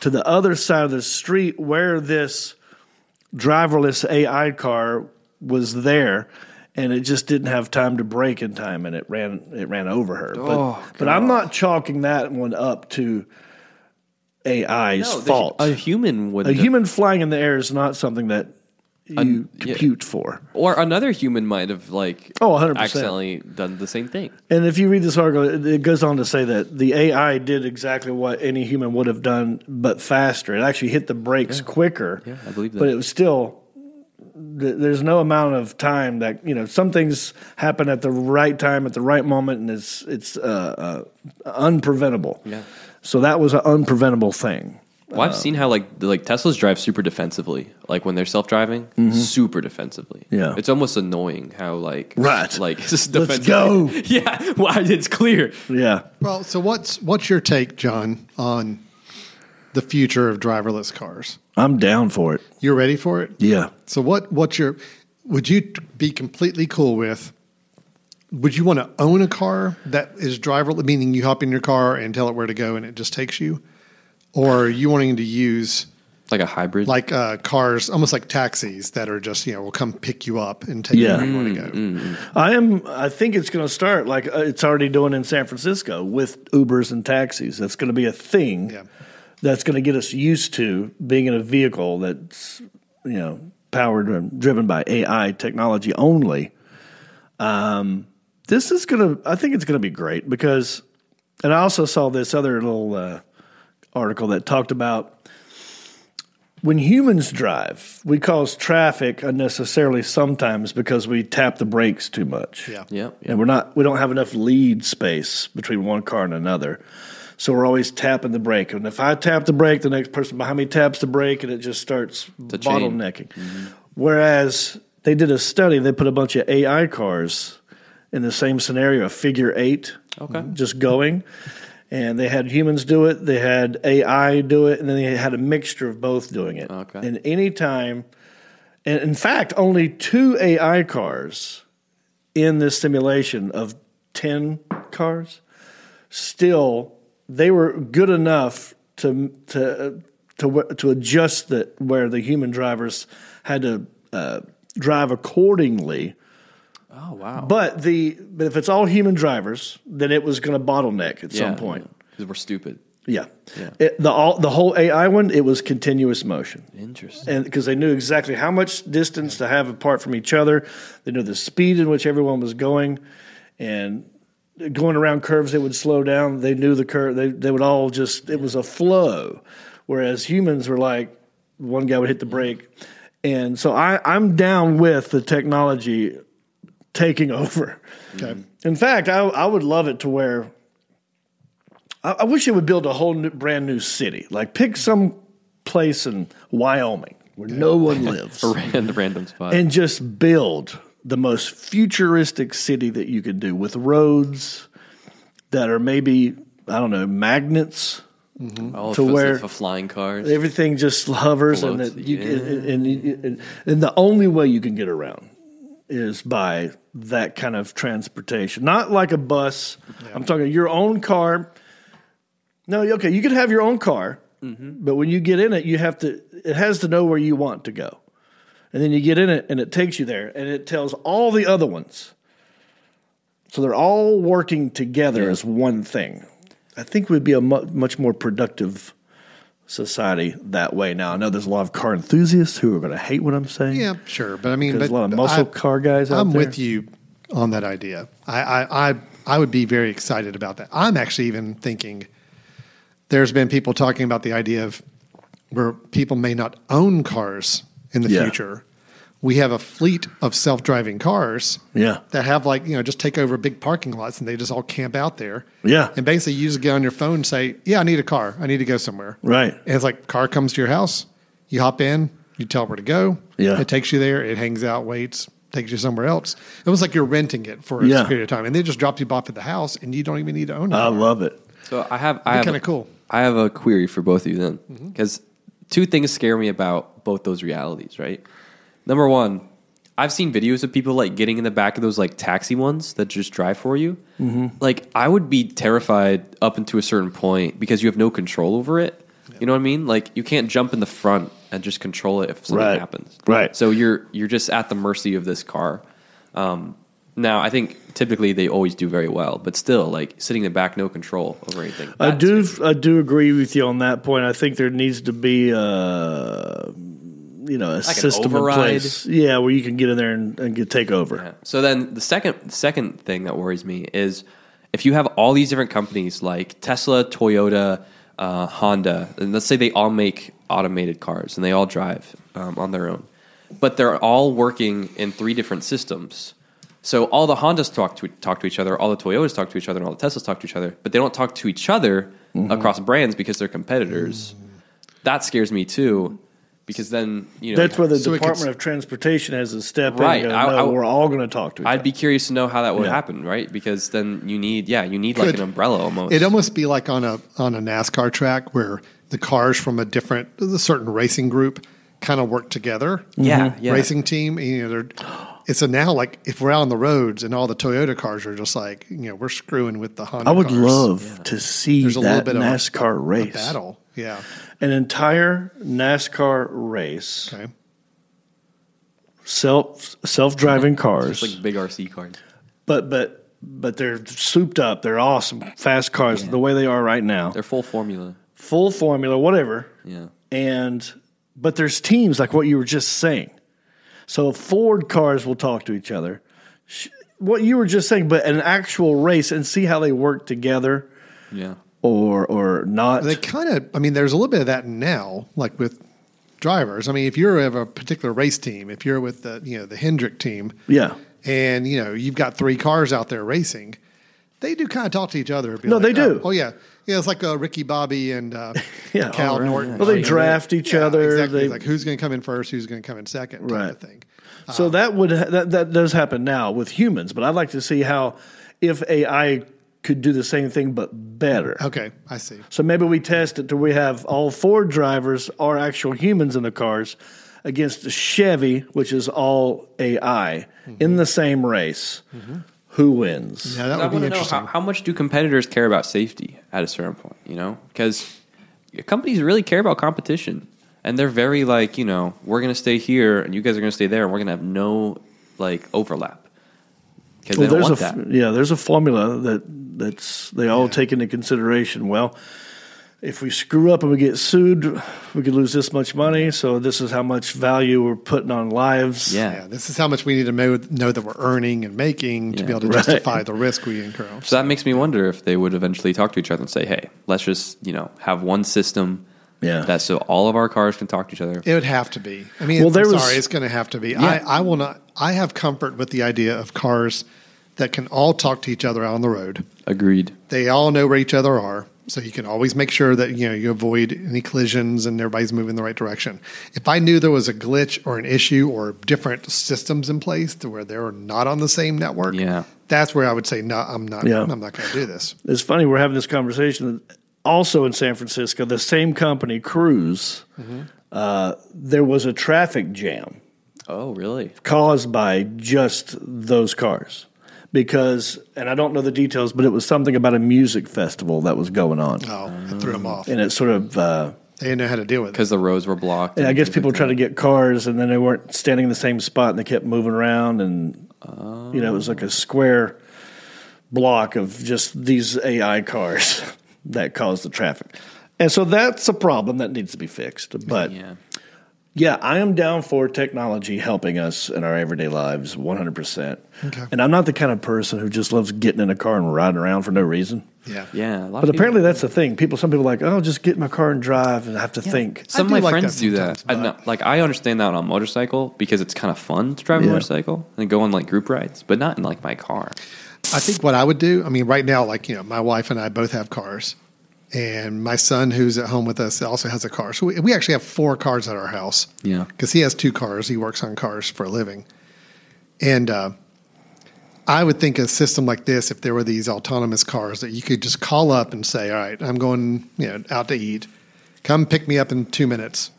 Speaker 3: to the other side of the street where this driverless AI car was there. And it just didn't have time to brake in time, and it ran it ran over her. But, but I'm not chalking that one up to AI's
Speaker 4: No, the-
Speaker 3: fault.
Speaker 4: Oh, A human would.
Speaker 3: A human flying in the air is not something that you
Speaker 4: yeah.
Speaker 3: compute for.
Speaker 4: or another human might have like
Speaker 3: Oh, 100%.
Speaker 4: accidentally done the same thing.
Speaker 3: And if you read this article, it- it goes on to say that the AI did exactly what any human would have done, but faster. It actually hit the brakes quicker. Yeah,
Speaker 4: I believe that.
Speaker 3: But it was still. th- There's no amount of time that you know some things happen at the right time at the right moment, and it's it's uh, uh, unpreventable.
Speaker 4: Yeah.
Speaker 3: So that was an unpreventable thing.
Speaker 4: Well, I've seen how like the, like Teslas drive super defensively, like when they're self driving, super defensively.
Speaker 3: Mm-hmm. Yeah.
Speaker 4: it's almost annoying how like
Speaker 3: Right.
Speaker 4: like it's just
Speaker 3: Let's
Speaker 4: defensive.
Speaker 3: go.
Speaker 4: yeah, well, it's clear.
Speaker 3: Yeah.
Speaker 5: Well, so what's what's your take, John, on the future of driverless cars?
Speaker 3: I'm down for it.
Speaker 5: You ready for it?
Speaker 3: Yeah.
Speaker 5: So what what's your would you t- be completely cool with would you want to own a car that is driverless meaning you hop in your car and tell it where to go and it just takes you? Or are you wanting to use
Speaker 4: Like a hybrid.
Speaker 5: like uh, cars almost like taxis that are just, you know, will come pick you up and take
Speaker 3: Yeah. Mm.
Speaker 5: you where you want to go.
Speaker 3: I am. I think it's going to start like uh, it's already doing in San Francisco with Ubers and taxis. That's going to be a thing.
Speaker 5: Yeah.
Speaker 3: That's going to get us used to being in a vehicle that's you know powered and driven by AI technology only. Um, this is going to. I think it's going to be great because, and I also saw this other little uh, article that talked about when humans drive, we cause traffic unnecessarily sometimes because we tap the brakes too much.
Speaker 5: Yeah.
Speaker 4: yeah, yeah.
Speaker 3: And we're not we don't have enough lead space between one car and another. So we're always tapping the brake. And if I tap the brake, the next person behind me taps the brake and it just starts
Speaker 4: a chain. Mm-hmm.
Speaker 3: bottlenecking. Whereas they did a study, they put a bunch of AI cars in the same scenario, a figure eight.
Speaker 4: Okay.
Speaker 3: Just going. And they had humans do it, they had AI do it, and then they had a mixture of both doing it.
Speaker 4: Okay.
Speaker 3: And any time and in fact, only two AI cars in this simulation of 10 cars still they were good enough to to to wh- to adjust that where the human drivers had to uh, drive accordingly
Speaker 4: Oh wow.
Speaker 3: but the but if it's all human drivers then it was going to bottleneck at some point
Speaker 4: because we're stupid.
Speaker 3: yeah, It, the all the whole AI one it was continuous motion
Speaker 4: Interesting.
Speaker 3: and because they knew exactly how much distance to have apart from each other, they knew the speed in which everyone was going, and going around curves they would slow down. They knew the curve. They they would all just it was a flow, whereas humans were like one guy would hit the brake, and so I I'm down with the technology taking over.
Speaker 5: Okay.
Speaker 3: In fact, I I would love it to where. I, I wish they would build a whole new, brand new city. Like pick some place in Wyoming where no one lives,
Speaker 4: A random, random spot.
Speaker 3: and just build the most futuristic city that you could do with roads that are maybe I don't know magnets.
Speaker 4: oh,
Speaker 3: to
Speaker 4: if it's
Speaker 3: where-
Speaker 4: for flying cars.
Speaker 3: Everything just hovers, and
Speaker 4: Floats,
Speaker 3: that you
Speaker 4: yeah.
Speaker 3: and, and, and, and, and the only way you can get around is by that kind of transportation, not like a bus. I'm talking your own car. No, okay, you can have your own car,
Speaker 4: Mm-hmm.
Speaker 3: but when you get in it, you have to. It has to know where you want to go, and then you get in it, and it takes you there, and it tells all the other ones. So they're all working together as one thing. I think we'd be a mu- much more productive society that way. Now I know there's a lot of car enthusiasts who are going to hate what I'm saying.
Speaker 5: Yeah, sure, but I mean,
Speaker 3: There's
Speaker 5: but
Speaker 3: a lot of muscle
Speaker 5: I-
Speaker 3: car guys out
Speaker 5: I'm
Speaker 3: there.
Speaker 5: with you on that idea. I, I, I, I would be very excited about that. I'm actually even thinking there's been people talking about the idea of where people may not own cars in the
Speaker 3: Yeah.
Speaker 5: future. We have a fleet of self-driving cars
Speaker 3: Yeah.
Speaker 5: that have like you know just take over big parking lots and they just all camp out there.
Speaker 3: Yeah.
Speaker 5: and basically you just get on your phone and say, "Yeah, I need a car. I need to go somewhere."
Speaker 3: Right.
Speaker 5: And it's like car comes to your house, you hop in, you tell it where to go.
Speaker 3: Yeah.
Speaker 5: It takes you there, it hangs out, waits, takes you somewhere else. It was like you're renting it for a
Speaker 3: Yeah. Oh.
Speaker 5: period of time. And they just drop you off at the house and you don't even need to own it.
Speaker 3: I love it.
Speaker 4: So I have, I
Speaker 5: Be
Speaker 4: have
Speaker 5: kinda cool. Mm-hmm.
Speaker 4: I have a query for both of you then, because two things scare me about both those realities. Right, number one, I've seen videos of people like getting in the back of those like taxi ones that just drive for you.
Speaker 5: Mm-hmm.
Speaker 4: Like I would be terrified up until a certain point because you have no control over it. You know what I mean? Like you can't jump in the front and just control it if something
Speaker 3: Right.
Speaker 4: happens.
Speaker 3: Right.
Speaker 4: So you're you're just at the mercy of this car. Um, now I think typically they always do very well, but still like sitting in the back, no control over anything.
Speaker 3: I
Speaker 4: That's
Speaker 3: do,
Speaker 4: good.
Speaker 3: I do agree with you on that point. I think there needs to be a, you know, a system in
Speaker 4: override.
Speaker 3: place, yeah, where you can get in there and, and get take over.
Speaker 4: Yeah. So then the second second thing that worries me is if you have all these different companies like Tesla, Toyota, uh, Honda, and let's say they all make automated cars and they all drive um, on their own, but they're all working in three different systems. So all the Hondas talk to talk to each other, all the Toyotas talk to each other, and all the Teslas talk to each other, but they don't talk to each other
Speaker 3: Mm-hmm.
Speaker 4: across brands because they're competitors. That scares me too, because then you know
Speaker 3: That's where the
Speaker 5: So it could
Speaker 3: Department of Transportation has a step
Speaker 4: Right.
Speaker 3: in. And go,
Speaker 4: I-
Speaker 3: no,
Speaker 4: I-
Speaker 3: we're all going to talk to each
Speaker 4: I'd be curious to know how that would
Speaker 3: Yeah.
Speaker 4: happen, right? Because then you need, yeah, you need like
Speaker 5: Could-
Speaker 4: an umbrella almost.
Speaker 5: It'd almost be like on a on a NASCAR track where the cars from a different, a certain racing group kind of work together.
Speaker 4: yeah,
Speaker 3: Mm-hmm.
Speaker 4: yeah,
Speaker 5: Racing team, and, you know, they're. It's a now like if we're out on the roads and all the Toyota cars are just like you know we're screwing with the Honda.
Speaker 3: I would
Speaker 5: cars.
Speaker 3: love to see
Speaker 5: There's a little
Speaker 3: that
Speaker 5: bit of a-
Speaker 3: NASCAR
Speaker 5: a
Speaker 3: race.
Speaker 5: battle. Yeah.
Speaker 3: An entire NASCAR race,
Speaker 5: Okay.
Speaker 3: self self driving cars,
Speaker 4: It's like big RC cars.
Speaker 3: but but but they're souped up. They're awesome, fast cars the way they are right now.
Speaker 4: They're full formula.
Speaker 3: Full formula, whatever.
Speaker 4: Yeah,
Speaker 3: and but there's teams like what you were just saying. So Ford cars will talk to each other. Sh- What you were just saying, but an actual race and see how they work together
Speaker 4: yeah.
Speaker 3: or or not.
Speaker 5: They kind of, I mean, there's a little bit of that now, like with drivers. I mean, if you're of a particular race team, if you're with the, you know, the Hendrick team
Speaker 3: yeah.
Speaker 5: and, you know, you've got three cars out there racing, they do kind of talk to each other. Be
Speaker 3: No, they
Speaker 5: oh,
Speaker 3: do.
Speaker 5: Oh, yeah. Yeah, it's like uh, Ricky Bobby and uh,
Speaker 3: Yeah.
Speaker 5: Cal
Speaker 3: Oh, right,
Speaker 5: Norton.
Speaker 3: Well, they draft each
Speaker 5: Yeah,
Speaker 3: other.
Speaker 5: Exactly.
Speaker 3: They-
Speaker 5: It's like who's going to come in first, who's going to come in second, type
Speaker 3: Right.
Speaker 5: of thing.
Speaker 3: so that would ha- that that does happen now with humans, but I'd like to see how if AI could do the same thing but better.
Speaker 5: Okay, I see.
Speaker 3: So maybe we test it till we have all Ford drivers are actual humans in the cars against the Chevy, which is all AI, in the same race. Who wins?
Speaker 5: Yeah, that
Speaker 4: I
Speaker 5: would
Speaker 4: want to
Speaker 5: be
Speaker 4: know
Speaker 5: interesting.
Speaker 4: how, how much do competitors care about safety at a certain point? You know, because companies really care about competition, and they're very like, you know, we're going to stay here, and you guys are going to stay there, and we're going to have no like overlap. Because
Speaker 3: Well,
Speaker 4: they don't
Speaker 3: there's a
Speaker 4: want
Speaker 3: f-
Speaker 4: that.
Speaker 3: yeah, there's a formula that that's they all take into consideration. Well, if we screw up and we get sued, we could lose this much money. So this is how much value we're putting on lives.
Speaker 4: yeah.
Speaker 5: yeah, this is how much we need to know, know that we're earning and making to
Speaker 4: Yeah.
Speaker 5: be able to
Speaker 3: Right.
Speaker 5: justify the risk we incur.
Speaker 4: So that makes me wonder if they would eventually talk to each other and say, "Hey, let's just you know have one system
Speaker 3: Yeah.
Speaker 4: that so all of our cars can talk to each other."
Speaker 5: It would have to be. I mean,
Speaker 3: Well,
Speaker 5: I'm
Speaker 3: there was-
Speaker 5: sorry, it's going to have to be. I, I will not. I have comfort with the idea of cars that can all talk to each other out on the road.
Speaker 4: Agreed.
Speaker 5: They all know where each other are, so you can always make sure that you know you avoid any collisions and everybody's moving in the right direction. If I knew there was a glitch or an issue or different systems in place to where they're not on the same network,
Speaker 4: Yeah.
Speaker 5: that's where I would say no. I'm not.
Speaker 3: Yeah.
Speaker 5: I'm not going to do this.
Speaker 3: It's funny we're having this conversation also in San Francisco. The same company, Cruise, uh, there was a traffic jam
Speaker 4: Oh, really?
Speaker 3: caused by just those cars because, and I don't know the details, but it was something about a music festival that was going on,
Speaker 5: Oh, I threw them off.
Speaker 3: and it sort of. Uh,
Speaker 5: They didn't know how to deal with it.
Speaker 4: Because the roads were blocked.
Speaker 3: and I
Speaker 4: and
Speaker 3: guess
Speaker 4: things
Speaker 3: people
Speaker 4: like
Speaker 3: tried to
Speaker 4: that.
Speaker 3: get cars, and then they weren't standing in the same spot, and they kept moving around, and you know it was like a square block of just these AI cars that caused the traffic, and so that's a problem that needs to be fixed. But yeah,
Speaker 4: Yeah.
Speaker 3: I am down for technology helping us in our everyday lives, one hundred percent.
Speaker 5: Okay.
Speaker 3: And I'm not the kind of person who just loves getting in a car and riding around for no reason.
Speaker 5: Yeah.
Speaker 4: Yeah. A lot
Speaker 3: But
Speaker 4: of
Speaker 3: apparently,
Speaker 4: people,
Speaker 3: that's the thing. People, some people are like, oh, just get in my car and drive, and I have to think.
Speaker 4: some of
Speaker 5: I
Speaker 4: my
Speaker 5: do like that
Speaker 4: friends do that. I
Speaker 5: sometimes,
Speaker 4: know, like I understand that on a motorcycle because it's kind of fun to drive
Speaker 3: Yeah.
Speaker 4: a motorcycle and go on like group rides, but not in like my car.
Speaker 5: I think what I would do, I mean, right now, like, you know, my wife and I both have cars, and my son, who's at home with us, also has a car. So we, we actually have four cars at our house.
Speaker 4: Yeah.
Speaker 5: Because he has two cars. He works on cars for a living. And uh, I would think a system like this, if there were these autonomous cars that you could just call up and say, all right, I'm going, you know, out to eat. Come pick me up in two minutes.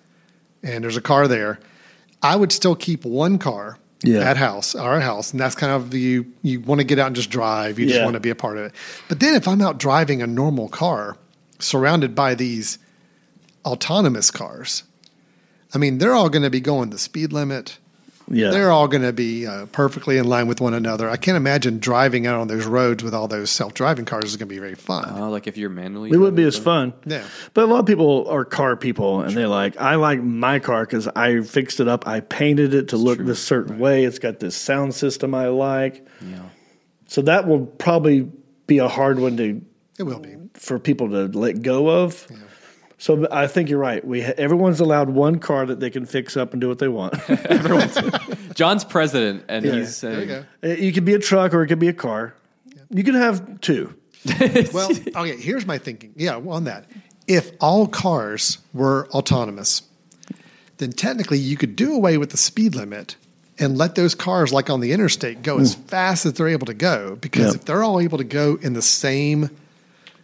Speaker 5: And there's a car there. I would still keep one car
Speaker 3: Yeah.
Speaker 5: at house, our house, and that's kind of you. You want to get out and just drive. You
Speaker 3: Yeah.
Speaker 5: just want to be a part of it. But then if I'm out driving a normal car, surrounded by these autonomous cars, I mean they're all going to be going the speed limit.
Speaker 3: Yeah.
Speaker 5: They're all going to be uh, perfectly in line with one another. I can't imagine driving out on those roads with all those self-driving cars is going to be very fun.
Speaker 4: Oh, like if you're manually.
Speaker 3: It wouldn't be as fun.
Speaker 5: Yeah.
Speaker 3: But a lot of people are car people and they're like, I like my car because I fixed it up. I painted it to look this certain way. It's got this sound system I like.
Speaker 4: Yeah.
Speaker 3: So that will probably be a hard one to
Speaker 5: it will be.
Speaker 3: for people to let go of. So I think you're right. We ha- everyone's allowed one car that they can fix up and do what they want.
Speaker 4: John's president, and he's
Speaker 5: There you
Speaker 4: saying,
Speaker 5: go.
Speaker 3: it Eh, could be a truck or it could be a car. You could have two.
Speaker 5: Well, okay, here's my thinking. Yeah, on that. If all cars were autonomous, then technically you could do away with the speed limit and let those cars, like on the interstate, go as fast as they're able to go. Because
Speaker 3: Yep.
Speaker 5: if they're all able to go in the same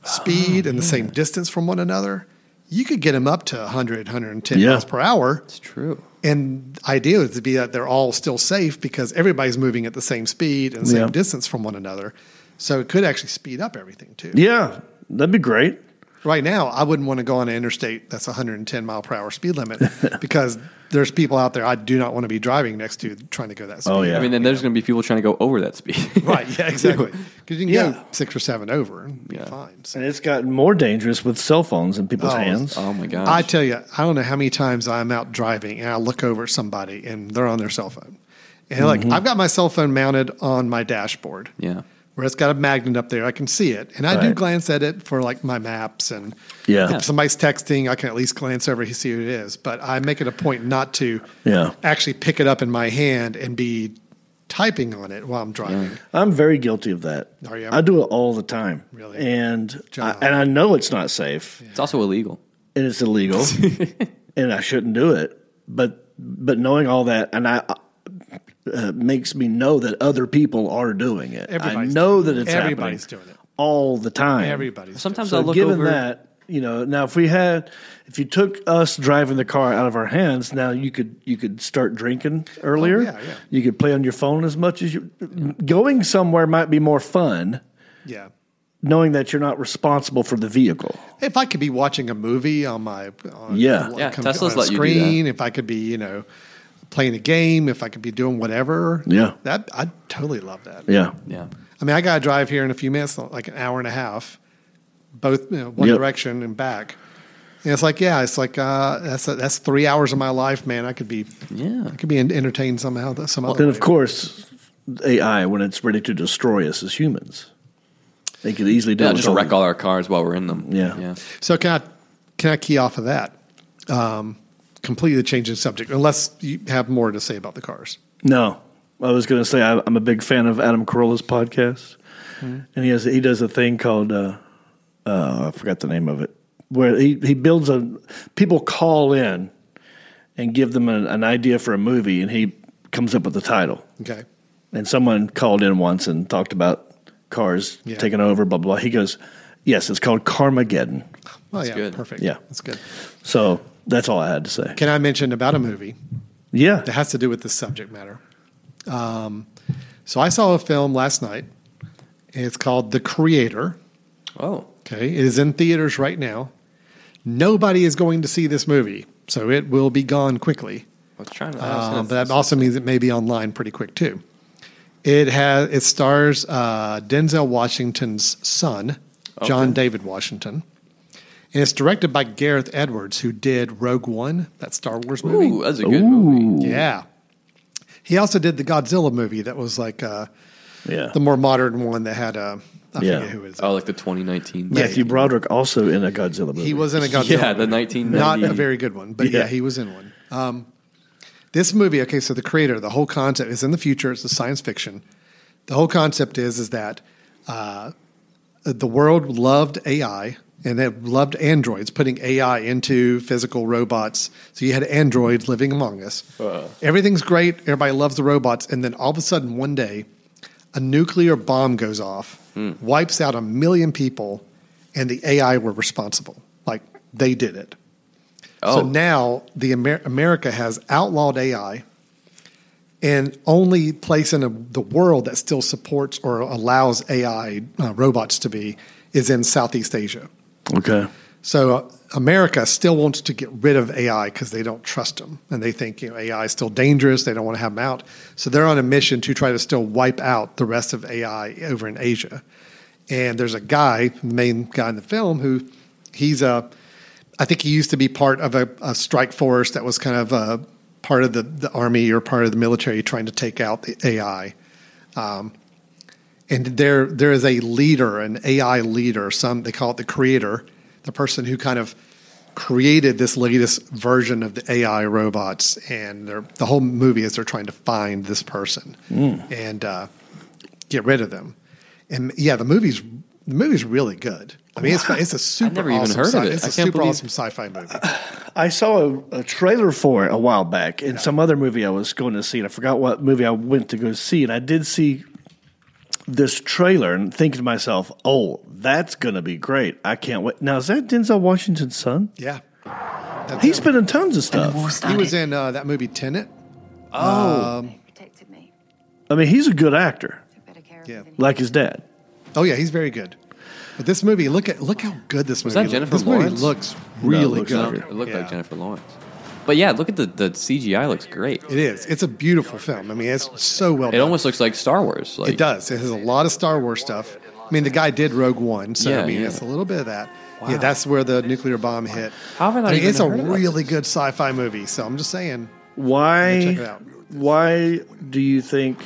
Speaker 5: speed and the same distance from one another, you could get them up to 100, 110
Speaker 3: Yeah.
Speaker 5: miles per hour.
Speaker 4: "It's true."
Speaker 5: And the idea would be that they're all still safe because everybody's moving at the same speed and same
Speaker 3: Yeah.
Speaker 5: distance from one another. So it could actually speed up everything too.
Speaker 3: Yeah, that'd be great.
Speaker 5: Right now, I wouldn't want to go on an interstate that's 110 mile per hour speed limit because there's people out there I do not want to be driving next to trying to go that speed.
Speaker 3: Oh, yeah.
Speaker 4: I mean, then there's going to be people trying to go over that speed.
Speaker 5: Right. Yeah, exactly. Because you can
Speaker 3: Yeah.
Speaker 5: go six or seven over and be
Speaker 4: Yeah.
Speaker 5: fine. So.
Speaker 3: And it's gotten more dangerous with cell phones in people's
Speaker 5: Oh,
Speaker 3: hands.
Speaker 4: oh my gosh!
Speaker 5: I tell you, I don't know how many times I'm out driving and I look over at somebody and they're on their cell phone. And like, I've got my cell phone mounted on my dashboard.
Speaker 4: yeah.
Speaker 5: where it's got a magnet up there. I can see it. And I do
Speaker 3: Right.
Speaker 5: glance at it for like my maps and
Speaker 3: Yeah.
Speaker 5: if somebody's texting, I can at least glance over and see who it is. But I make it a point not to
Speaker 3: Yeah.
Speaker 5: actually pick it up in my hand and be typing on it while I'm driving.
Speaker 3: I'm very guilty of that.
Speaker 5: Are you?
Speaker 3: I do it all the time.
Speaker 5: Really?
Speaker 3: And I,
Speaker 5: John.
Speaker 3: and I know it's not safe
Speaker 4: It's also illegal.
Speaker 3: and it's illegal and I shouldn't do it. But but knowing all that and I uh, makes me know that other people are doing it. I
Speaker 5: Everybody's
Speaker 3: know
Speaker 5: doing
Speaker 3: that
Speaker 5: it.
Speaker 3: it's
Speaker 5: Everybody's
Speaker 3: happening
Speaker 5: doing it.
Speaker 3: all the time.
Speaker 5: Everybody's
Speaker 4: Sometimes
Speaker 3: So
Speaker 4: I look
Speaker 3: given
Speaker 4: over.
Speaker 3: that, you know, now if we had, if you took us driving the car out of our hands, now you could you could start drinking earlier.
Speaker 5: Oh, yeah, yeah.
Speaker 3: You could play on your phone as much as you. Going somewhere might be more fun,
Speaker 5: doing it.
Speaker 3: knowing that you're not responsible for the vehicle.
Speaker 5: Yeah. If I could be watching a movie on my on,
Speaker 3: Yeah.
Speaker 5: on
Speaker 4: Yeah,
Speaker 5: com-
Speaker 4: Teslas
Speaker 5: on a
Speaker 4: let you do
Speaker 5: screen, if I could be, you know, playing a game, if I could be doing whatever.
Speaker 3: Yeah.
Speaker 5: That I totally love that.
Speaker 3: Yeah,
Speaker 4: Yeah.
Speaker 5: I mean, I got to drive here in a few minutes, like an hour and a half, both you know, one
Speaker 3: Yep.
Speaker 5: direction and back. And it's like, yeah, it's like uh, that's that's three hours of my life, man. I could be,
Speaker 4: Yeah.
Speaker 5: I could be entertained somehow. Some other
Speaker 3: then
Speaker 5: way.
Speaker 3: of course, AI when it's ready to destroy us as humans, they could easily do
Speaker 4: Yeah,
Speaker 3: it
Speaker 4: just
Speaker 3: with
Speaker 4: wreck all our cars while we're in them.
Speaker 3: Yeah.
Speaker 4: yeah.
Speaker 5: So can I can I key off of that? Um, completely changing subject, unless you have more to say about the cars.
Speaker 3: No, I was going to say I, I'm a big fan of Adam Carolla's podcast,
Speaker 5: Hmm.
Speaker 3: and he has he does a thing called uh, uh, I forgot the name of it, where he he builds a people call in and give them an, an idea for a movie, and he comes up with the title.
Speaker 5: Okay,
Speaker 3: And someone called in once and talked about cars
Speaker 5: Yeah.
Speaker 3: taking over, blah blah. He goes, "Yes, it's called Carmageddon."
Speaker 5: well, yeah,
Speaker 4: good.
Speaker 5: perfect.
Speaker 3: Yeah.
Speaker 5: that's good.
Speaker 3: So that's all I had to say.
Speaker 5: Can I mention about a movie?
Speaker 3: Yeah,
Speaker 5: that has to do with this subject matter. Um, so I saw a film last night. It's called The Creator.
Speaker 4: Oh,
Speaker 5: Okay, it is in theaters right now. Nobody is going to see this movie, so it will be gone quickly.
Speaker 4: I was trying to. I
Speaker 5: Um,
Speaker 4: was
Speaker 5: but
Speaker 4: gonna,
Speaker 5: that also means it may be online pretty quick too. It has it stars uh, Denzel Washington's son, John David Washington, and it's directed by Gareth Edwards, who did Rogue One, that Star Wars movie.
Speaker 4: ooh, that's a good movie.
Speaker 5: Yeah. He also did the Godzilla movie that was like uh,
Speaker 3: yeah.
Speaker 5: the more modern one that had uh, I
Speaker 3: Yeah.
Speaker 5: forget who it is.
Speaker 4: Oh, like the 2019.
Speaker 3: Matthew Broderick also in a Godzilla movie.
Speaker 5: he was in a Godzilla.
Speaker 4: Yeah, the
Speaker 5: movie.
Speaker 4: 19.
Speaker 5: Not a very good one, but yeah.
Speaker 3: Yeah.
Speaker 5: he was in one. Um, this movie, okay, so the creator, the whole concept is in the future. It's a science fiction. The whole concept is is that uh, the world loved AI and they loved androids, putting AI into physical robots. So you had androids living among us. Everything's great. Everybody loves the robots, and then all of a sudden, one day, a nuclear bomb goes off, wipes out a million people, and the AI were responsible. Like they did it.
Speaker 4: Oh,
Speaker 5: So now the Amer- America has outlawed AI, and only place in a, the world that still supports or allows AI uh, robots to be is in Southeast Asia.
Speaker 3: Okay.
Speaker 5: So uh, America still wants to get rid of AI because they don't trust them and they think you know AI is still dangerous. They don't want to have them out, so they're on a mission to try to still wipe out the rest of AI over in Asia. And there's a guy, the main guy in the film, who he's a, I think he used to be part of a, a strike force that was kind of a part of the, the army or part of the military trying to take out the AI and there there is a leader, an AI leader. Some they call it the creator, the person who kind of created this latest version of the AI robots. And they're, the whole movie is they're trying to find this person
Speaker 4: Hmm.
Speaker 5: and uh, get rid of them. And yeah, the movie's the movie's really good. I mean, it's it's a super
Speaker 4: never even
Speaker 5: awesome
Speaker 4: heard of
Speaker 5: sci-
Speaker 4: it.
Speaker 5: It's
Speaker 4: I
Speaker 5: a
Speaker 4: can't
Speaker 5: super
Speaker 4: believe-
Speaker 5: awesome sci-fi movie.
Speaker 3: I saw a, a trailer for it a while back in some other movie I was going to see, and I forgot what movie I went to go see. And I did see this trailer and thinking to myself, oh, that's going to be great. I can't wait. Now, is that Denzel Washington's son?
Speaker 5: Yeah, That's
Speaker 3: He's
Speaker 5: him.
Speaker 3: been in tons of stuff.
Speaker 5: he was in uh, that movie Tenet.
Speaker 10: protected me.
Speaker 3: I mean, he's a good actor,
Speaker 10: Took better care
Speaker 5: Yeah.
Speaker 10: of me than
Speaker 3: like his dad.
Speaker 5: Oh yeah, he's very good. But this movie, look at look how good this movie.
Speaker 4: that
Speaker 5: looks.
Speaker 4: Jennifer
Speaker 5: this
Speaker 4: Lawrence?
Speaker 5: movie looks
Speaker 3: it
Speaker 5: really
Speaker 3: looks
Speaker 5: good.
Speaker 4: No, it looked
Speaker 5: Yeah.
Speaker 4: like Jennifer Lawrence. But yeah, look at the, the CGI looks great.
Speaker 5: It is. It's a beautiful film. I mean, it's so well.
Speaker 4: It
Speaker 5: done.
Speaker 4: almost looks like Star Wars. Like
Speaker 5: it does. It has a lot of Star Wars stuff. I mean, the guy did Rogue One, so
Speaker 4: Yeah,
Speaker 5: I mean,
Speaker 4: yeah.
Speaker 5: it's a little bit of that. Yeah, that's where the nuclear bomb hit.
Speaker 4: How have I not
Speaker 5: I mean,
Speaker 4: even
Speaker 5: it's a
Speaker 4: heard about
Speaker 5: really good sci-fi movie. So I'm just saying, Yeah, check it
Speaker 3: Why?
Speaker 5: out.
Speaker 3: Why do you think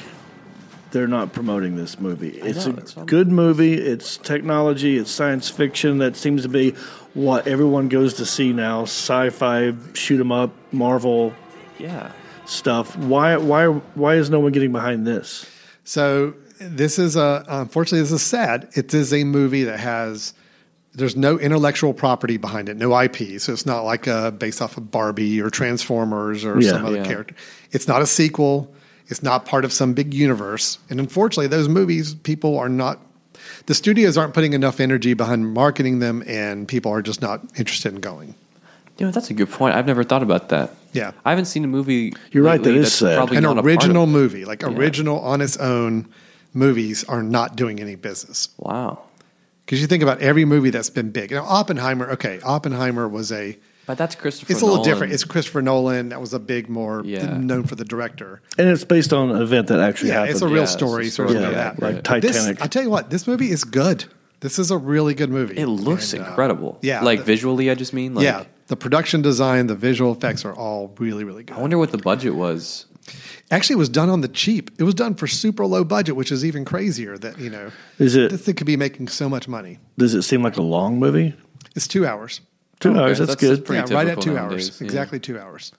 Speaker 3: they're not promoting this movie? It's
Speaker 4: know,
Speaker 3: a
Speaker 4: it's on-
Speaker 3: good movie. It's technology. It's science fiction. That seems to be what everyone goes to see now: sci-fi, shoot 'em up, Marvel
Speaker 4: Yeah.
Speaker 3: stuff. Why? Why? Why is no one getting behind this?
Speaker 5: So this is a unfortunately this is sad. It is a movie that has there's no intellectual property behind it, no IP. So it's not like uh based off of Barbie or Transformers or
Speaker 3: Yeah.
Speaker 5: some other
Speaker 4: Yeah.
Speaker 5: character. It's not a sequel. It's not part of some big universe. And unfortunately, those movies people are not. The studios aren't putting enough energy behind marketing them, and people are just not interested in going.
Speaker 4: You know, that's a good point. I've never thought about that.
Speaker 5: Yeah.
Speaker 4: I haven't seen a movie.
Speaker 3: You're right,
Speaker 4: lately
Speaker 3: that is
Speaker 4: that's
Speaker 3: sad.
Speaker 4: Probably
Speaker 5: An
Speaker 4: not a part of
Speaker 5: original
Speaker 4: it.
Speaker 5: movie, like original on its own movies, are not doing any business.
Speaker 4: Wow.
Speaker 5: Because you think about every movie that's been big. Now, Oppenheimer, okay, Oppenheimer was a,
Speaker 4: But that's Christopher.
Speaker 5: it's a little
Speaker 4: Nolan.
Speaker 5: different. It's Christopher Nolan. That was a big, more
Speaker 4: Yeah.
Speaker 5: known for the director.
Speaker 3: And it's based on an event that actually
Speaker 5: Yeah,
Speaker 3: happened.
Speaker 5: it's a
Speaker 4: yeah,
Speaker 5: real
Speaker 4: it's a
Speaker 5: story, sort of
Speaker 4: story,
Speaker 5: know
Speaker 4: yeah,
Speaker 5: that.
Speaker 3: like
Speaker 5: This-
Speaker 3: Titanic.
Speaker 5: I tell you what, this movie is good. This is a really good movie.
Speaker 4: It looks
Speaker 5: And, uh,
Speaker 4: incredible.
Speaker 5: yeah,
Speaker 4: Like
Speaker 5: the-
Speaker 4: visually, I just mean. Like,
Speaker 5: yeah, the production design, the visual effects are all really, really good.
Speaker 4: I wonder what the budget was.
Speaker 5: Actually, it was done on the cheap. It was done for super low budget, which is even crazier. That you know,
Speaker 3: Is it-
Speaker 5: This thing could be making so much money.
Speaker 3: Does it seem like a long movie?
Speaker 5: It's two hours.
Speaker 3: Two
Speaker 4: Okay,
Speaker 3: hours. That's,
Speaker 4: that's
Speaker 3: good.
Speaker 4: pretty
Speaker 5: yeah, right at
Speaker 4: typical
Speaker 5: two
Speaker 4: nowadays,
Speaker 5: hours.
Speaker 4: yeah.
Speaker 5: Exactly two hours.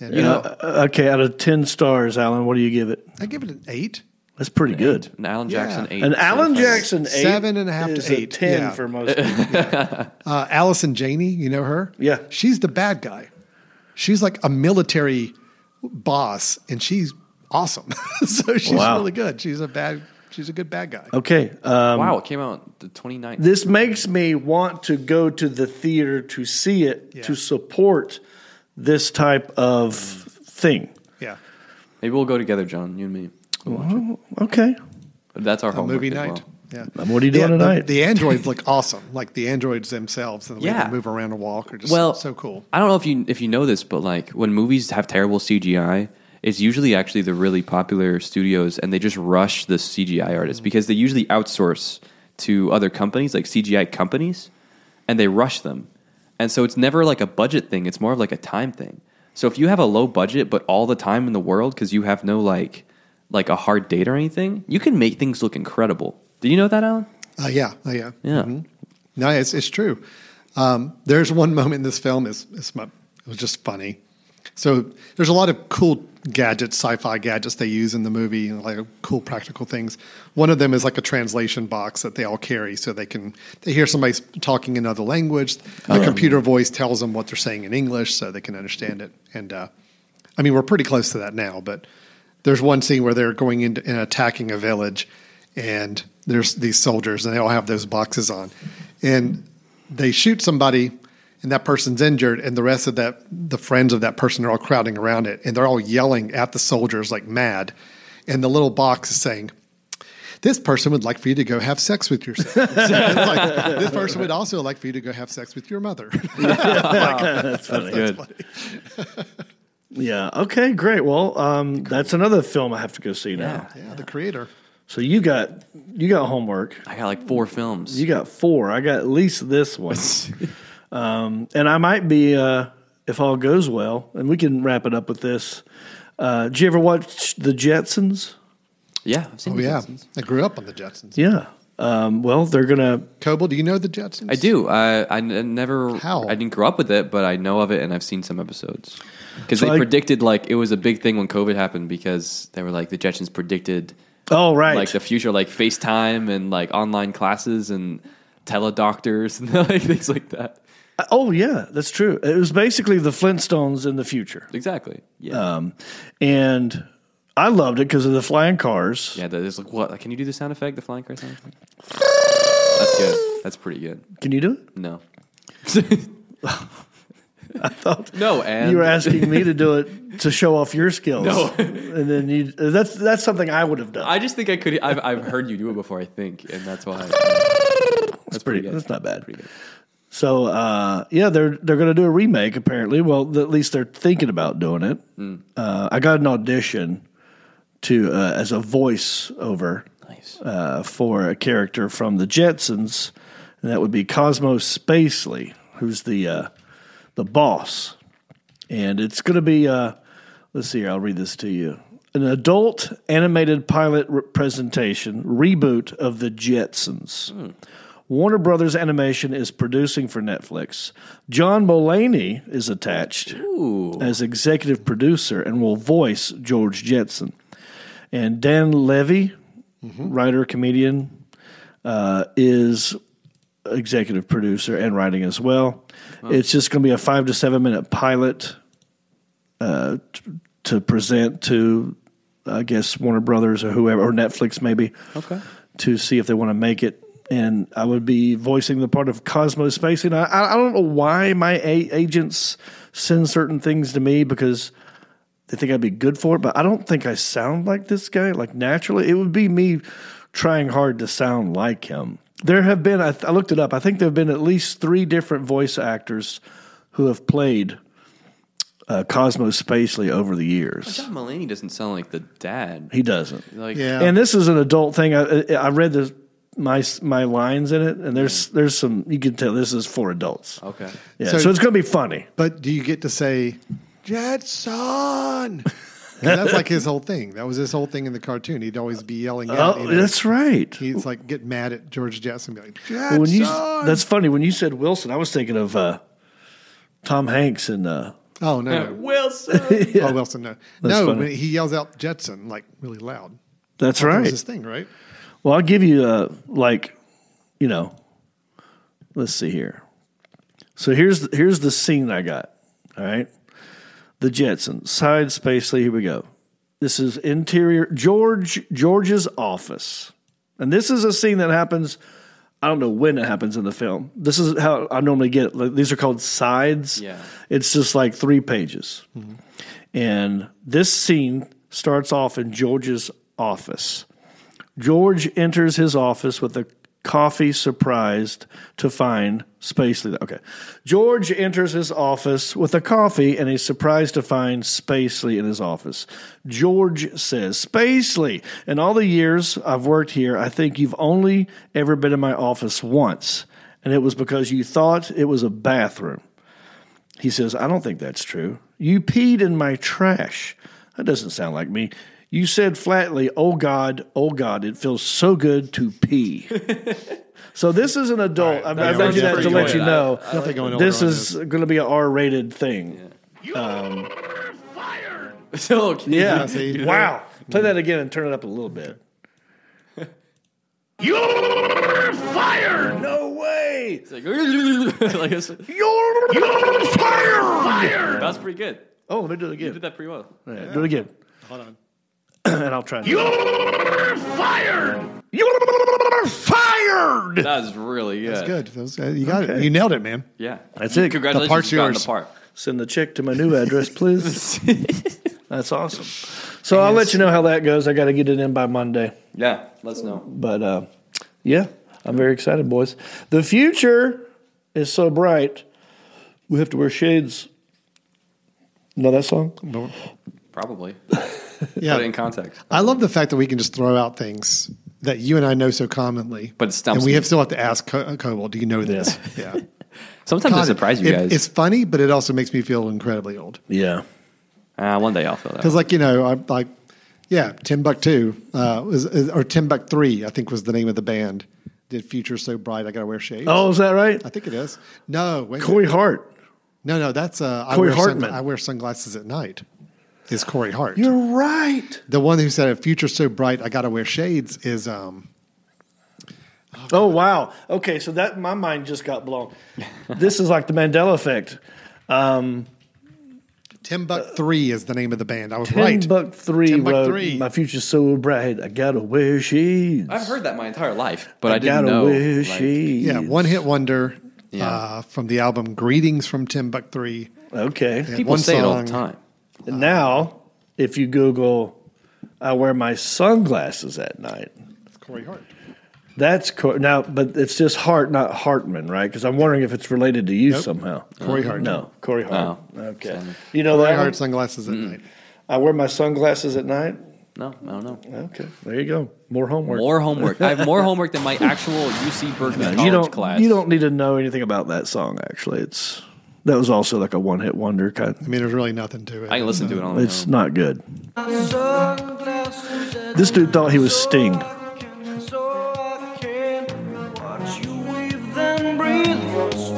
Speaker 5: And,
Speaker 4: You know,
Speaker 3: Uh, okay, out of ten stars, Alan, what do you give it?
Speaker 5: I give it an eight.
Speaker 3: That's pretty good.
Speaker 4: an Alan
Speaker 5: Yeah.
Speaker 4: Jackson eight.
Speaker 3: An Alan
Speaker 4: certified.
Speaker 3: Jackson eight,
Speaker 5: Seven and a half to
Speaker 3: is a
Speaker 5: eight,
Speaker 3: ten
Speaker 5: yeah.
Speaker 3: for most. people.
Speaker 5: Uh, Allison Janney, you know her?
Speaker 3: Yeah.
Speaker 5: She's the bad guy. She's like a military boss, and she's awesome. so she's
Speaker 3: Wow.
Speaker 5: really good. She's a bad. She's a good bad guy.
Speaker 3: Okay, um,
Speaker 4: Wow, it came out the 29th.
Speaker 3: this makes me want to go to the theater to see it to support this type of thing.
Speaker 5: Yeah.
Speaker 4: Maybe we'll go together, John, you and me.
Speaker 3: Okay,
Speaker 4: That's our
Speaker 3: Oh,
Speaker 5: A
Speaker 4: homework
Speaker 5: movie
Speaker 4: as
Speaker 5: night.
Speaker 4: well.
Speaker 5: Yeah.
Speaker 3: And what are you doing
Speaker 5: the,
Speaker 3: tonight?
Speaker 5: The androids look awesome. Like the androids themselves and the way
Speaker 4: Yeah.
Speaker 5: they move around and walk are just
Speaker 4: well,
Speaker 5: so cool.
Speaker 4: I don't know if you if you know this, but like when movies have terrible CGI, it's usually actually the really popular studios, and they just rush the CGI
Speaker 5: Mm.
Speaker 4: artists because they usually outsource to other companies, like CGI companies, and they rush them. And so it's never like a budget thing; it's more of like a time thing. So if you have a low budget but all the time in the world because you have no like like a hard date or anything, you can make things look incredible. Did you know that, Alan?
Speaker 5: Uh, yeah. Oh, yeah.
Speaker 4: Yeah.
Speaker 5: No, it's, it's true. Um, there's one moment in this film is it's my, it was just funny. So there's a lot of cool gadgets, sci-fi gadgets they use in the movie, and like cool practical things. One of them is like a translation box that they all carry, so they can they hear somebody s- talking another language. The computer voice tells them what they're saying in English, so they can understand it. And uh, I mean, we're pretty close to that now, but there's one scene where they're going into and attacking a village, and there's these soldiers, and they all have those boxes on, and they shoot somebody, and and that person's injured, and the rest of that, the friends of that person are all crowding around it, and they're all yelling at the soldiers like mad. And the little box is saying, this person would like for you to go have sex with yourself. So it's like, this person would also like for you to go have sex with your mother.
Speaker 3: that's funny.
Speaker 4: Good.
Speaker 3: Yeah. Okay. Great. Well, um, that's another film I have to go see now.
Speaker 5: Yeah, the creator.
Speaker 3: So you got you got homework.
Speaker 4: I got like four films.
Speaker 3: You got four. I got at least this one. um, and I might be uh, if all goes well, and we can wrap it up with this. Uh, did you ever watch The Jetsons?
Speaker 4: yeah, I've seen
Speaker 5: Oh
Speaker 4: The
Speaker 5: yeah,
Speaker 4: Jetsons.
Speaker 5: I grew up on the Jetsons.
Speaker 3: Yeah. Um, well, they're gonna.
Speaker 5: Coble, do you know the Jetsons?
Speaker 4: I do. I, I n- never.
Speaker 5: How?
Speaker 4: I didn't grow up with it, but I know of it, and I've seen some episodes. Because
Speaker 3: So
Speaker 4: they
Speaker 3: I-
Speaker 4: predicted like it was a big thing when COVID happened because they were like the Jetsons predicted
Speaker 3: Oh right.
Speaker 4: like the future, like FaceTime and like online classes and teledoctors and like things like that.
Speaker 3: oh yeah, that's true. It was basically the Flintstones in the future, Um,
Speaker 4: Exactly.
Speaker 3: Uh.
Speaker 4: Yeah.
Speaker 3: and I loved it because of the flying cars.
Speaker 4: yeah. that is like what? Can you do the sound effect? The flying car sound effect. That's good. That's pretty good.
Speaker 3: Can you do it?
Speaker 4: No. No, and
Speaker 3: you were asking me to do it to show off your skills.
Speaker 4: No.
Speaker 3: and then you that's that's something I would have done.
Speaker 4: I just think I could. I've, I've heard you do it before, I think, and that's why.
Speaker 3: that's pretty,
Speaker 4: pretty good.
Speaker 3: That's not bad.
Speaker 4: Pretty good.
Speaker 3: So uh, yeah, they're they're going to do a remake apparently. Well, th- at least they're thinking about doing it.
Speaker 4: Hmm.
Speaker 3: Uh, I got an audition to uh, as a voiceover
Speaker 4: Nice.
Speaker 3: uh, for a character from the Jetsons, and that would be Cosmo Spacely, who's the uh, the boss. And it's going to be uh, let's see here. I'll read this to you. An adult animated pilot re- presentation reboot of the Jetsons.
Speaker 4: Hmm.
Speaker 3: Warner Brothers Animation is producing for Netflix. John Mulaney is attached as executive producer and will voice George Jetson. And Dan Levy, writer comedian, uh, is executive producer and writing as well. It's just going to be a five to seven minute pilot uh, t- to present to, I guess Warner Brothers or whoever or Netflix maybe. Okay. To see if they want to make it. And I would be voicing the part of Cosmo Spacey. And I- I, I don't know why my a- agents send certain things to me because they think I'd be good for it, but I don't think I sound like this guy. Like naturally, it would be me trying hard to sound like him. There have been, I, I looked it up, I think there have been at least three different voice actors who have played uh, Cosmo Spacely over the years.
Speaker 4: John Mulaney doesn't sound like the dad.
Speaker 3: He doesn't.
Speaker 4: Like,
Speaker 5: Yeah.
Speaker 3: And this is an adult thing. I, I- I read the, my my lines in it, and there's there's some you can tell this is for adults.
Speaker 4: Okay.
Speaker 3: Yeah, so,
Speaker 5: Mm. So-
Speaker 3: it's gonna be funny.
Speaker 5: But do you get to say Jetson? 'Cause That's like his whole thing. That was his whole thing in the cartoon. He'd always be yelling out.
Speaker 3: Oh,
Speaker 5: you know.
Speaker 3: that's right.
Speaker 5: He's like get mad at George Jetson, be like
Speaker 3: Well,
Speaker 5: Jetson.
Speaker 3: when you, that's funny. When you said Wilson, I was thinking of uh, Tom Hanks and uh,
Speaker 5: oh no, no.
Speaker 4: Wilson.
Speaker 5: oh Wilson, no,
Speaker 3: That's
Speaker 5: no.
Speaker 3: funny.
Speaker 5: when he yells out Jetson like really loud.
Speaker 3: that's
Speaker 5: That was
Speaker 3: right.
Speaker 5: his thing, right?
Speaker 3: Well, I'll give you uh, like, you know, let's see here. So here's here's the scene I got. All right, the Jetsons side spacely. Here we go. This is interior George George's office, and this is a scene that happens. I don't know when it happens in the film. This is how I normally get. It. Like, these are called sides.
Speaker 4: Yeah.
Speaker 3: it's just like three pages, and this scene starts off in George's office. George enters his office with a coffee, surprised to find Spacely. Okay. George enters his office with a coffee and he's surprised to find Spacely in his office. George says, Spacely, in all the years I've worked here, I think you've only ever been in my office once, and it was because you thought it was a bathroom. He says, I don't think that's true. You peed in my trash. That doesn't sound like me. You said flatly, Oh God, oh God, it feels so good to pee. so this is an adult. I, I
Speaker 5: yeah,
Speaker 3: read you that
Speaker 5: yeah,
Speaker 3: to
Speaker 5: pretty
Speaker 3: let
Speaker 5: good.
Speaker 3: you know.
Speaker 5: Nothing going on.
Speaker 3: this
Speaker 5: on
Speaker 3: is going to be an R rated thing.
Speaker 4: So, okay.
Speaker 3: Yeah.
Speaker 5: see?
Speaker 3: Wow. Play that again and turn it up a little bit.
Speaker 11: You're fired!
Speaker 3: No way.
Speaker 4: It's like, like, that's,
Speaker 11: You're fired!
Speaker 4: that's pretty good.
Speaker 3: Oh, let me do it
Speaker 4: You did
Speaker 3: again.
Speaker 4: that pretty well.
Speaker 3: All right, Do it again.
Speaker 5: Hold on.
Speaker 3: and I'll try. and-
Speaker 11: You're fired. You're fired.
Speaker 4: That was really good.
Speaker 5: That's good. That was- uh, you got it.
Speaker 3: Okay.
Speaker 5: You nailed it, man.
Speaker 4: Yeah.
Speaker 3: That's it.
Speaker 4: Congratulations
Speaker 5: The part's
Speaker 4: you got
Speaker 5: yours.
Speaker 4: the part.
Speaker 3: Send the check to my new address, please. That's awesome. So I'll let you know how that goes. I got to get it in by Monday.
Speaker 4: Yeah. Let's know.
Speaker 3: But uh, yeah, I'm very excited, boys. The future is so bright. We have to wear shades. Know that song?
Speaker 4: Probably. Put it in
Speaker 5: Yeah.
Speaker 4: context.
Speaker 5: I love the fact that we can just throw out things that you and I know so commonly,
Speaker 4: But it stumps
Speaker 5: and we
Speaker 4: me.
Speaker 5: have still have to ask Co- Cobalt, "Do you know this?" Yeah.
Speaker 4: Sometimes I surprise you
Speaker 5: It-
Speaker 4: guys.
Speaker 5: It's funny, but it also makes me feel incredibly old.
Speaker 3: Yeah.
Speaker 4: Uh, one day I'll fill that.
Speaker 5: Because,
Speaker 4: out.
Speaker 5: like you know, I like yeah, Timbuktu uh, was, is- or Timbuktu, I think was the name of the band. Did Future So Bright? I gotta wear shades.
Speaker 3: Oh, is that right?
Speaker 5: I think it is. No, wait a minute.
Speaker 3: Corey Hart.
Speaker 5: No, no, that's uh, I
Speaker 3: Corey
Speaker 5: wear sun-
Speaker 3: Hartman.
Speaker 5: I wear sunglasses at night. Is Corey Hart
Speaker 3: You're right.
Speaker 5: the one who said a future so bright I gotta wear shades? Is um
Speaker 3: Oh wow. Okay, so that my mind just got blown. this is like the Mandela effect.
Speaker 5: Timbuktu is the name of the band? I was
Speaker 3: Ten
Speaker 5: right.
Speaker 3: Uh, buck three.
Speaker 5: Ten buck
Speaker 3: wrote,
Speaker 5: three.
Speaker 3: My future's so bright. I gotta wear shades.
Speaker 4: I've heard that my entire life, but I,
Speaker 3: gotta
Speaker 4: didn't know.
Speaker 3: wear
Speaker 4: like-
Speaker 3: shades.
Speaker 5: Yeah, one hit wonder.
Speaker 4: Yeah.
Speaker 5: Uh, from the album Greetings from Timbuktu.
Speaker 3: Okay.
Speaker 4: people
Speaker 5: one
Speaker 4: say it all
Speaker 5: song.
Speaker 4: the time.
Speaker 3: Now, if you Google, I wear my sunglasses at night.
Speaker 5: It's Corey Hart.
Speaker 3: That's co- now, but it's just Hart, not Hartman, right? Because I'm wondering if it's related to you somehow.
Speaker 5: Corey Hart.
Speaker 3: No, Corey Hart.
Speaker 4: Oh.
Speaker 3: Okay. You know
Speaker 5: Corey
Speaker 3: that?
Speaker 5: Hart
Speaker 3: one?
Speaker 5: sunglasses at
Speaker 4: mm.
Speaker 5: night.
Speaker 3: I wear my sunglasses at night.
Speaker 4: No, I don't know.
Speaker 3: Okay. There you go. More homework.
Speaker 4: More homework. I have more homework than my actual UC Berkeley college
Speaker 3: you don't.
Speaker 4: class.
Speaker 3: You don't need to know anything about that song. Actually, it's that was also like a one-hit wonder kind.
Speaker 5: I mean, there's really nothing to it.
Speaker 4: I can listen to it on my
Speaker 3: It's
Speaker 4: own.
Speaker 3: not good. This dude thought he was Sting.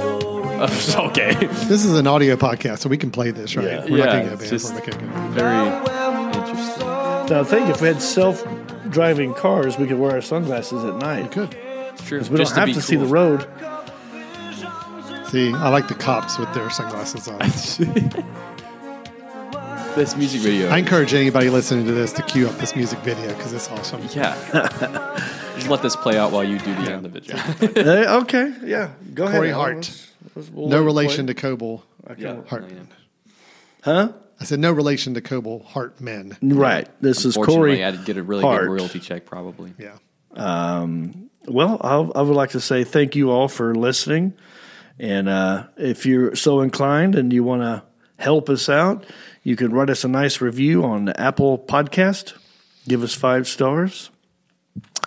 Speaker 4: okay.
Speaker 5: This is an audio podcast, so we can play this, right?
Speaker 3: Yeah.
Speaker 5: We're
Speaker 4: Yeah,
Speaker 5: not getting a
Speaker 4: it's
Speaker 5: band
Speaker 4: just-
Speaker 5: from the kick
Speaker 4: Very.
Speaker 3: Now, I think if we had self driving cars, we could wear our sunglasses at night.
Speaker 5: Good.
Speaker 4: True.
Speaker 3: We don't have to, see the road.
Speaker 5: See, I like the cops with their sunglasses on.
Speaker 4: This music video.
Speaker 5: I encourage anybody listening to this to queue up this music video because it's awesome.
Speaker 4: yeah. Just let this play out while you do the end of it. John.
Speaker 3: Eh, okay, yeah. Go ahead.
Speaker 5: Corey
Speaker 3: Alan.
Speaker 5: Hart.
Speaker 3: Let's- let's- we'll
Speaker 5: No
Speaker 3: let it
Speaker 5: relation
Speaker 3: play.
Speaker 5: to Coble
Speaker 4: Yeah.
Speaker 5: Hartman.
Speaker 3: Huh?
Speaker 5: I said no relation to Coble Hartman.
Speaker 3: Right. This is
Speaker 4: Fortunately,
Speaker 3: Corey.
Speaker 4: I'd get a really
Speaker 3: Hart.
Speaker 4: good royalty check probably.
Speaker 5: Yeah.
Speaker 3: Well, I'll, I would like to say thank you all for listening. And uh, if you're so inclined and you want to help us out, you can write us a nice review on Apple Podcast. Give us five stars.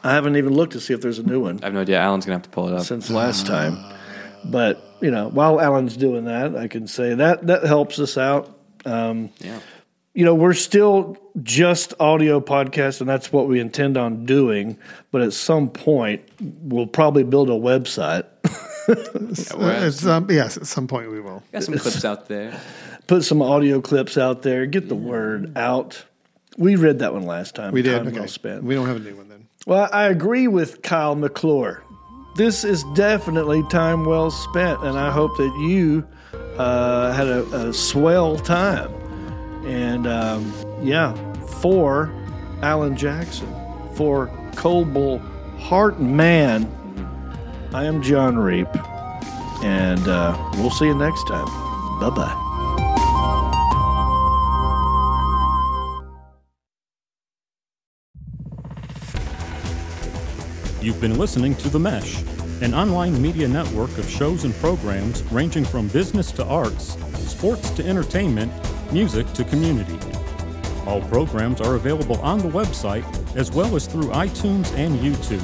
Speaker 3: I haven't even looked to see if there's a new one.
Speaker 4: I have no idea. Alan's gonna have to pull it up.
Speaker 3: since last
Speaker 5: Ah.
Speaker 3: time. But you know, while Alan's doing that, I can say that that helps us out. Um,
Speaker 4: yeah.
Speaker 3: You know, we're still just audio podcast, and that's what we intend on doing. But at some point, we'll probably build a website,
Speaker 5: Uh, it's, um, yes, at some point we will.
Speaker 4: Got some clips out there.
Speaker 3: put some audio clips out there, get the word out. We read that one last time.
Speaker 5: We did.
Speaker 3: Time well
Speaker 5: Okay.
Speaker 3: spent.
Speaker 5: We don't have a new one then.
Speaker 3: Well, I agree with Kyle McClure. This is definitely time well spent, and I hope that you uh, had a, a swell time. And um, yeah, for Alan Jackson, for Coble Hartman, I am John Reap, and uh, we'll see you next time. Bye bye.
Speaker 1: You've been listening to The Mesh, an online media network of shows and programs ranging from business to arts, sports to entertainment, music to community. All programs are available on the website as well as through iTunes and YouTube.